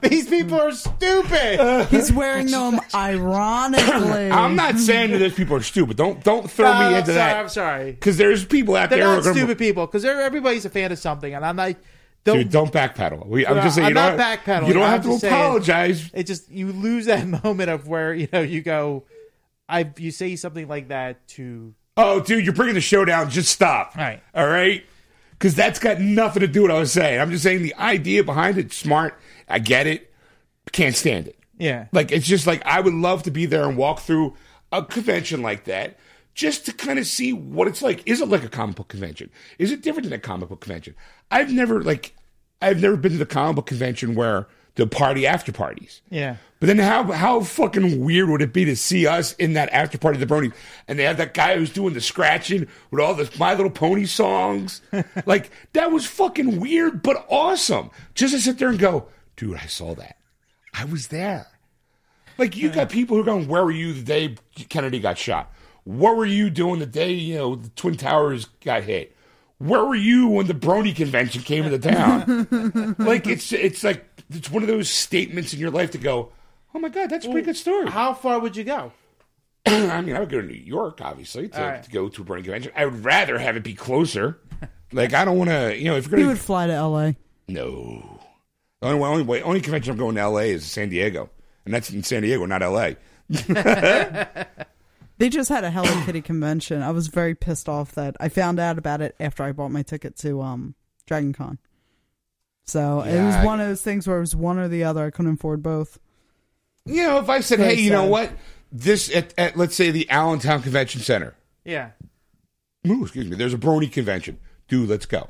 These people are stupid. he's wearing them ironically. <laughs> I'm not saying that those people are stupid. Don't don't throw No, me I'm into Uh, sorry, that. I'm sorry. Because there's people out They're there who are not gonna- stupid people because everybody's a fan of something, and I'm like, Dude, don't. don't backpedal. We, I'm just saying, you I'm don't, not backpedaling. You don't I'm have to just saying- apologize. it just you lose that <laughs> moment of where you know you go. I you say something like that to Oh, dude, you're bringing the show down. Just stop. Right. All right. Because that's got nothing to do with what I was saying. I'm just saying the idea behind it, smart. I get it. Can't stand it. Yeah. Like, it's just like I would love to be there and walk through a convention like that just to kind of see what it's like. Is it like a comic book convention? Is it different than a comic book convention? I've never, like, I've never been to the comic book convention where the party after parties. Yeah. But then how how fucking weird would it be to see us in that after party of the Bronies and they have that guy who's doing the scratching with all the My Little Pony songs? like that was fucking weird but awesome. Just to sit there and go, dude, I saw that. I was there. Like you got people who are going, where were you the day Kennedy got shot? What were you doing the day you know the Twin Towers got hit? Where were you when the Brony convention came into town? <laughs> like it's it's like it's one of those statements in your life to go, oh my god, that's a pretty good story. how far would you go? <clears throat> I mean, I would go to New York obviously to, Alright. to go to a Brony convention. I would rather have it be closer. Like I don't want to, you know, if you're he gonna would fly to L.A. no. The only, only, way- only convention I'm going to LA is San Diego. And that's in San Diego, not LA. They just had a Hello Kitty convention. I was very pissed off that I found out about it after I bought my ticket to um Dragon Con. So it was Yeah. one of those things where it was one or the other. I couldn't afford both. You know, if I said, Very hey, you know sad. what? This, at, at let's say the Allentown Convention Center. Yeah. Ooh, excuse me. There's a Brony convention. Dude, let's go.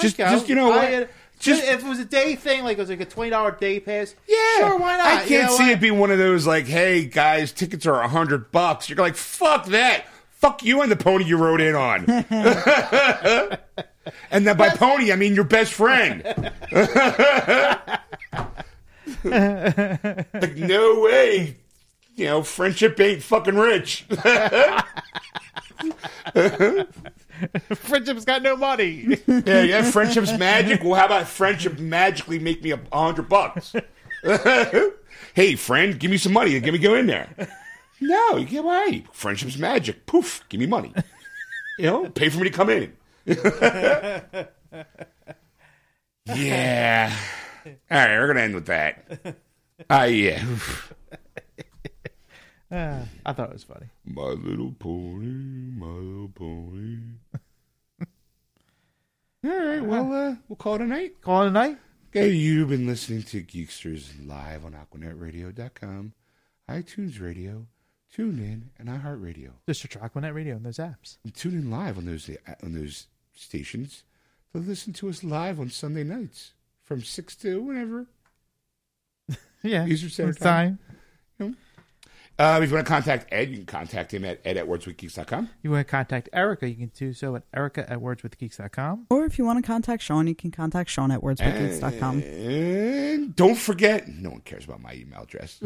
Just, I'd go. just you know what? I- uh, just, if it was a day thing, like it was like a twenty dollar day pass. yeah. sure, why not? I can't You know see what? it being one of those like, hey, guys, tickets are a hundred bucks. You're like, fuck that. Fuck you and the pony you rode in on. <laughs> and then by pony, I mean your <laughs> best friend. like, no way. You know, friendship ain't fucking rich. Friendship's got no <laughs> money. Yeah, yeah, friendship's magic. Well, how about friendship magically make me a a hundred bucks? <laughs> hey, friend, give me some money. Give me go in there. No, you get away. Friendship's magic. Poof, give me money. You know, pay for me to come in. <laughs> yeah. All right, we're gonna end with that. Ah, yeah. <laughs> Uh, I thought it was funny. My little pony, my little pony. All right, well, uh, we'll call it a night. Call it a night? Okay, you've been listening to Geeksters live on AquanetRadio.com, iTunes Radio, TuneIn, and iHeartRadio. Just search Aquanet Radio and those apps. And tune in live on those on those stations to listen to us live on Sunday nights from six to whenever. Yeah. Eastern Standard It's time. Uh, if you want to contact Ed, you can contact him at ed at wordsweekgeeks.com. You want to contact Erica, you can do so at erica at wordswithgeeks.com. Or if you want to contact Sean, you can contact Sean at wordswithgeeks.com. And don't forget, no one cares about my email address.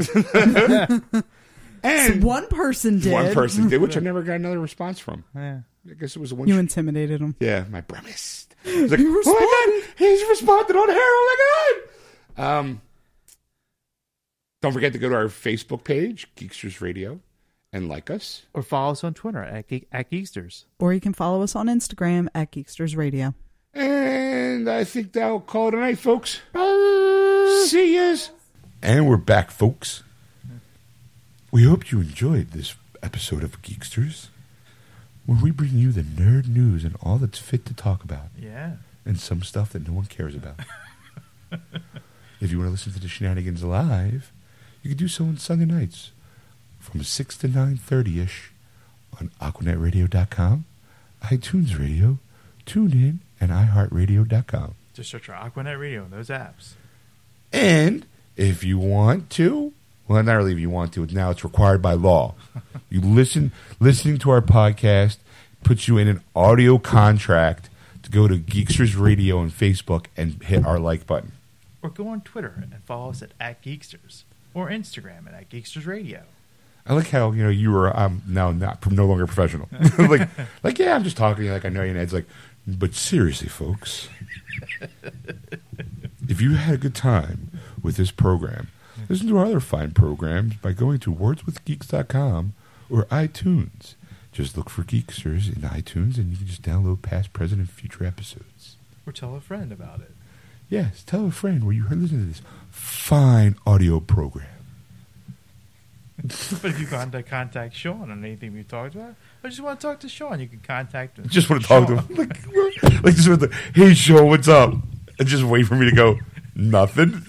and One person did. one person did, which I never got another response from. Yeah. I guess it was a one. You intimidated him. Yeah, my premise. I was like, You oh my god, he's responded on her. Oh my god. Um, don't forget to go to our Facebook page, Geeksters Radio, and like us. Or follow us on Twitter at, Geek, at Geeksters. Or you can follow us on Instagram at Geeksters Radio. And I think that'll call it a night, folks. See yous. And we're back, folks. We hope you enjoyed this episode of Geeksters. where we bring you the nerd news and all that's fit to talk about, Yeah. and some stuff that no one cares about. if you want to listen to the shenanigans live, you can do so on Sunday nights from six to nine thirty ish on AquanetRadio.com, iTunes Radio, TuneIn, and iHeartRadio.com. Just search for Aquanet Radio in those apps. And if you want to, well, not really if you want to. Now it's required by law. You listen, listening to our podcast puts you in an audio contract to go to Geeksters Radio and Facebook and hit our like button. Or go on Twitter and follow us at, at Geeksters or Instagram at, at Geeksters Radio. I like how you know you were um, now not no longer professional. <laughs> like, like yeah, I'm just talking to you like I know you. And Ed's like, but seriously, folks, if you had a good time with this program, listen to our other fine programs by going to wordswithgeeks.com or iTunes. Just look for Geeksters in iTunes, and you can just download past, present, and future episodes. Or tell a friend about it. Yes, tell a friend where you heard listen to this fine audio program. But if you want to contact Sean on anything we've talked about, or just want to talk to Sean, you can contact him. just want to talk to him. Like, like just with the, hey, show, what's up? And just wait for me to go, nothing.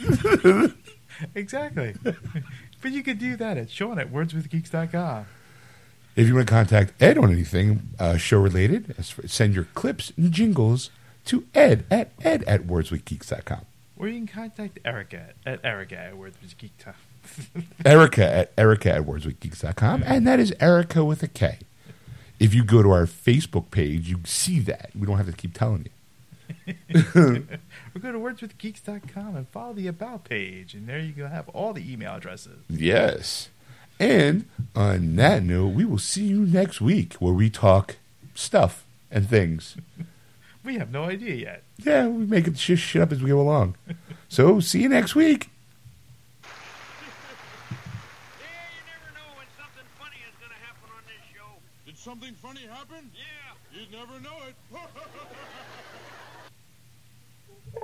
Exactly. <laughs> but you could do that at Sean at wordswithgeeks.com. <laughs> if you want to contact Ed on anything uh, show related, as- send your clips and jingles to ed at ed at wordswithgeeks.com. Or you can contact Erica at Erica at wordswithgeeks.com. Erica at Erica at wordswithgeeks.com. And that is Erica with a K. If you go to our Facebook page, you see that. We don't have to keep telling you. <laughs> or go to wordswithgeeks.com and follow the About page, and there you can have all the email addresses. Yes. And on that note, we will see you next week where we talk stuff and things. We have no idea yet. yeah, we make it shit, shit up as we go along. So see you next week. Yeah, you never know when something funny is gonna happen on this show. Did something funny happen? <laughs> Yeah. You'd never know it.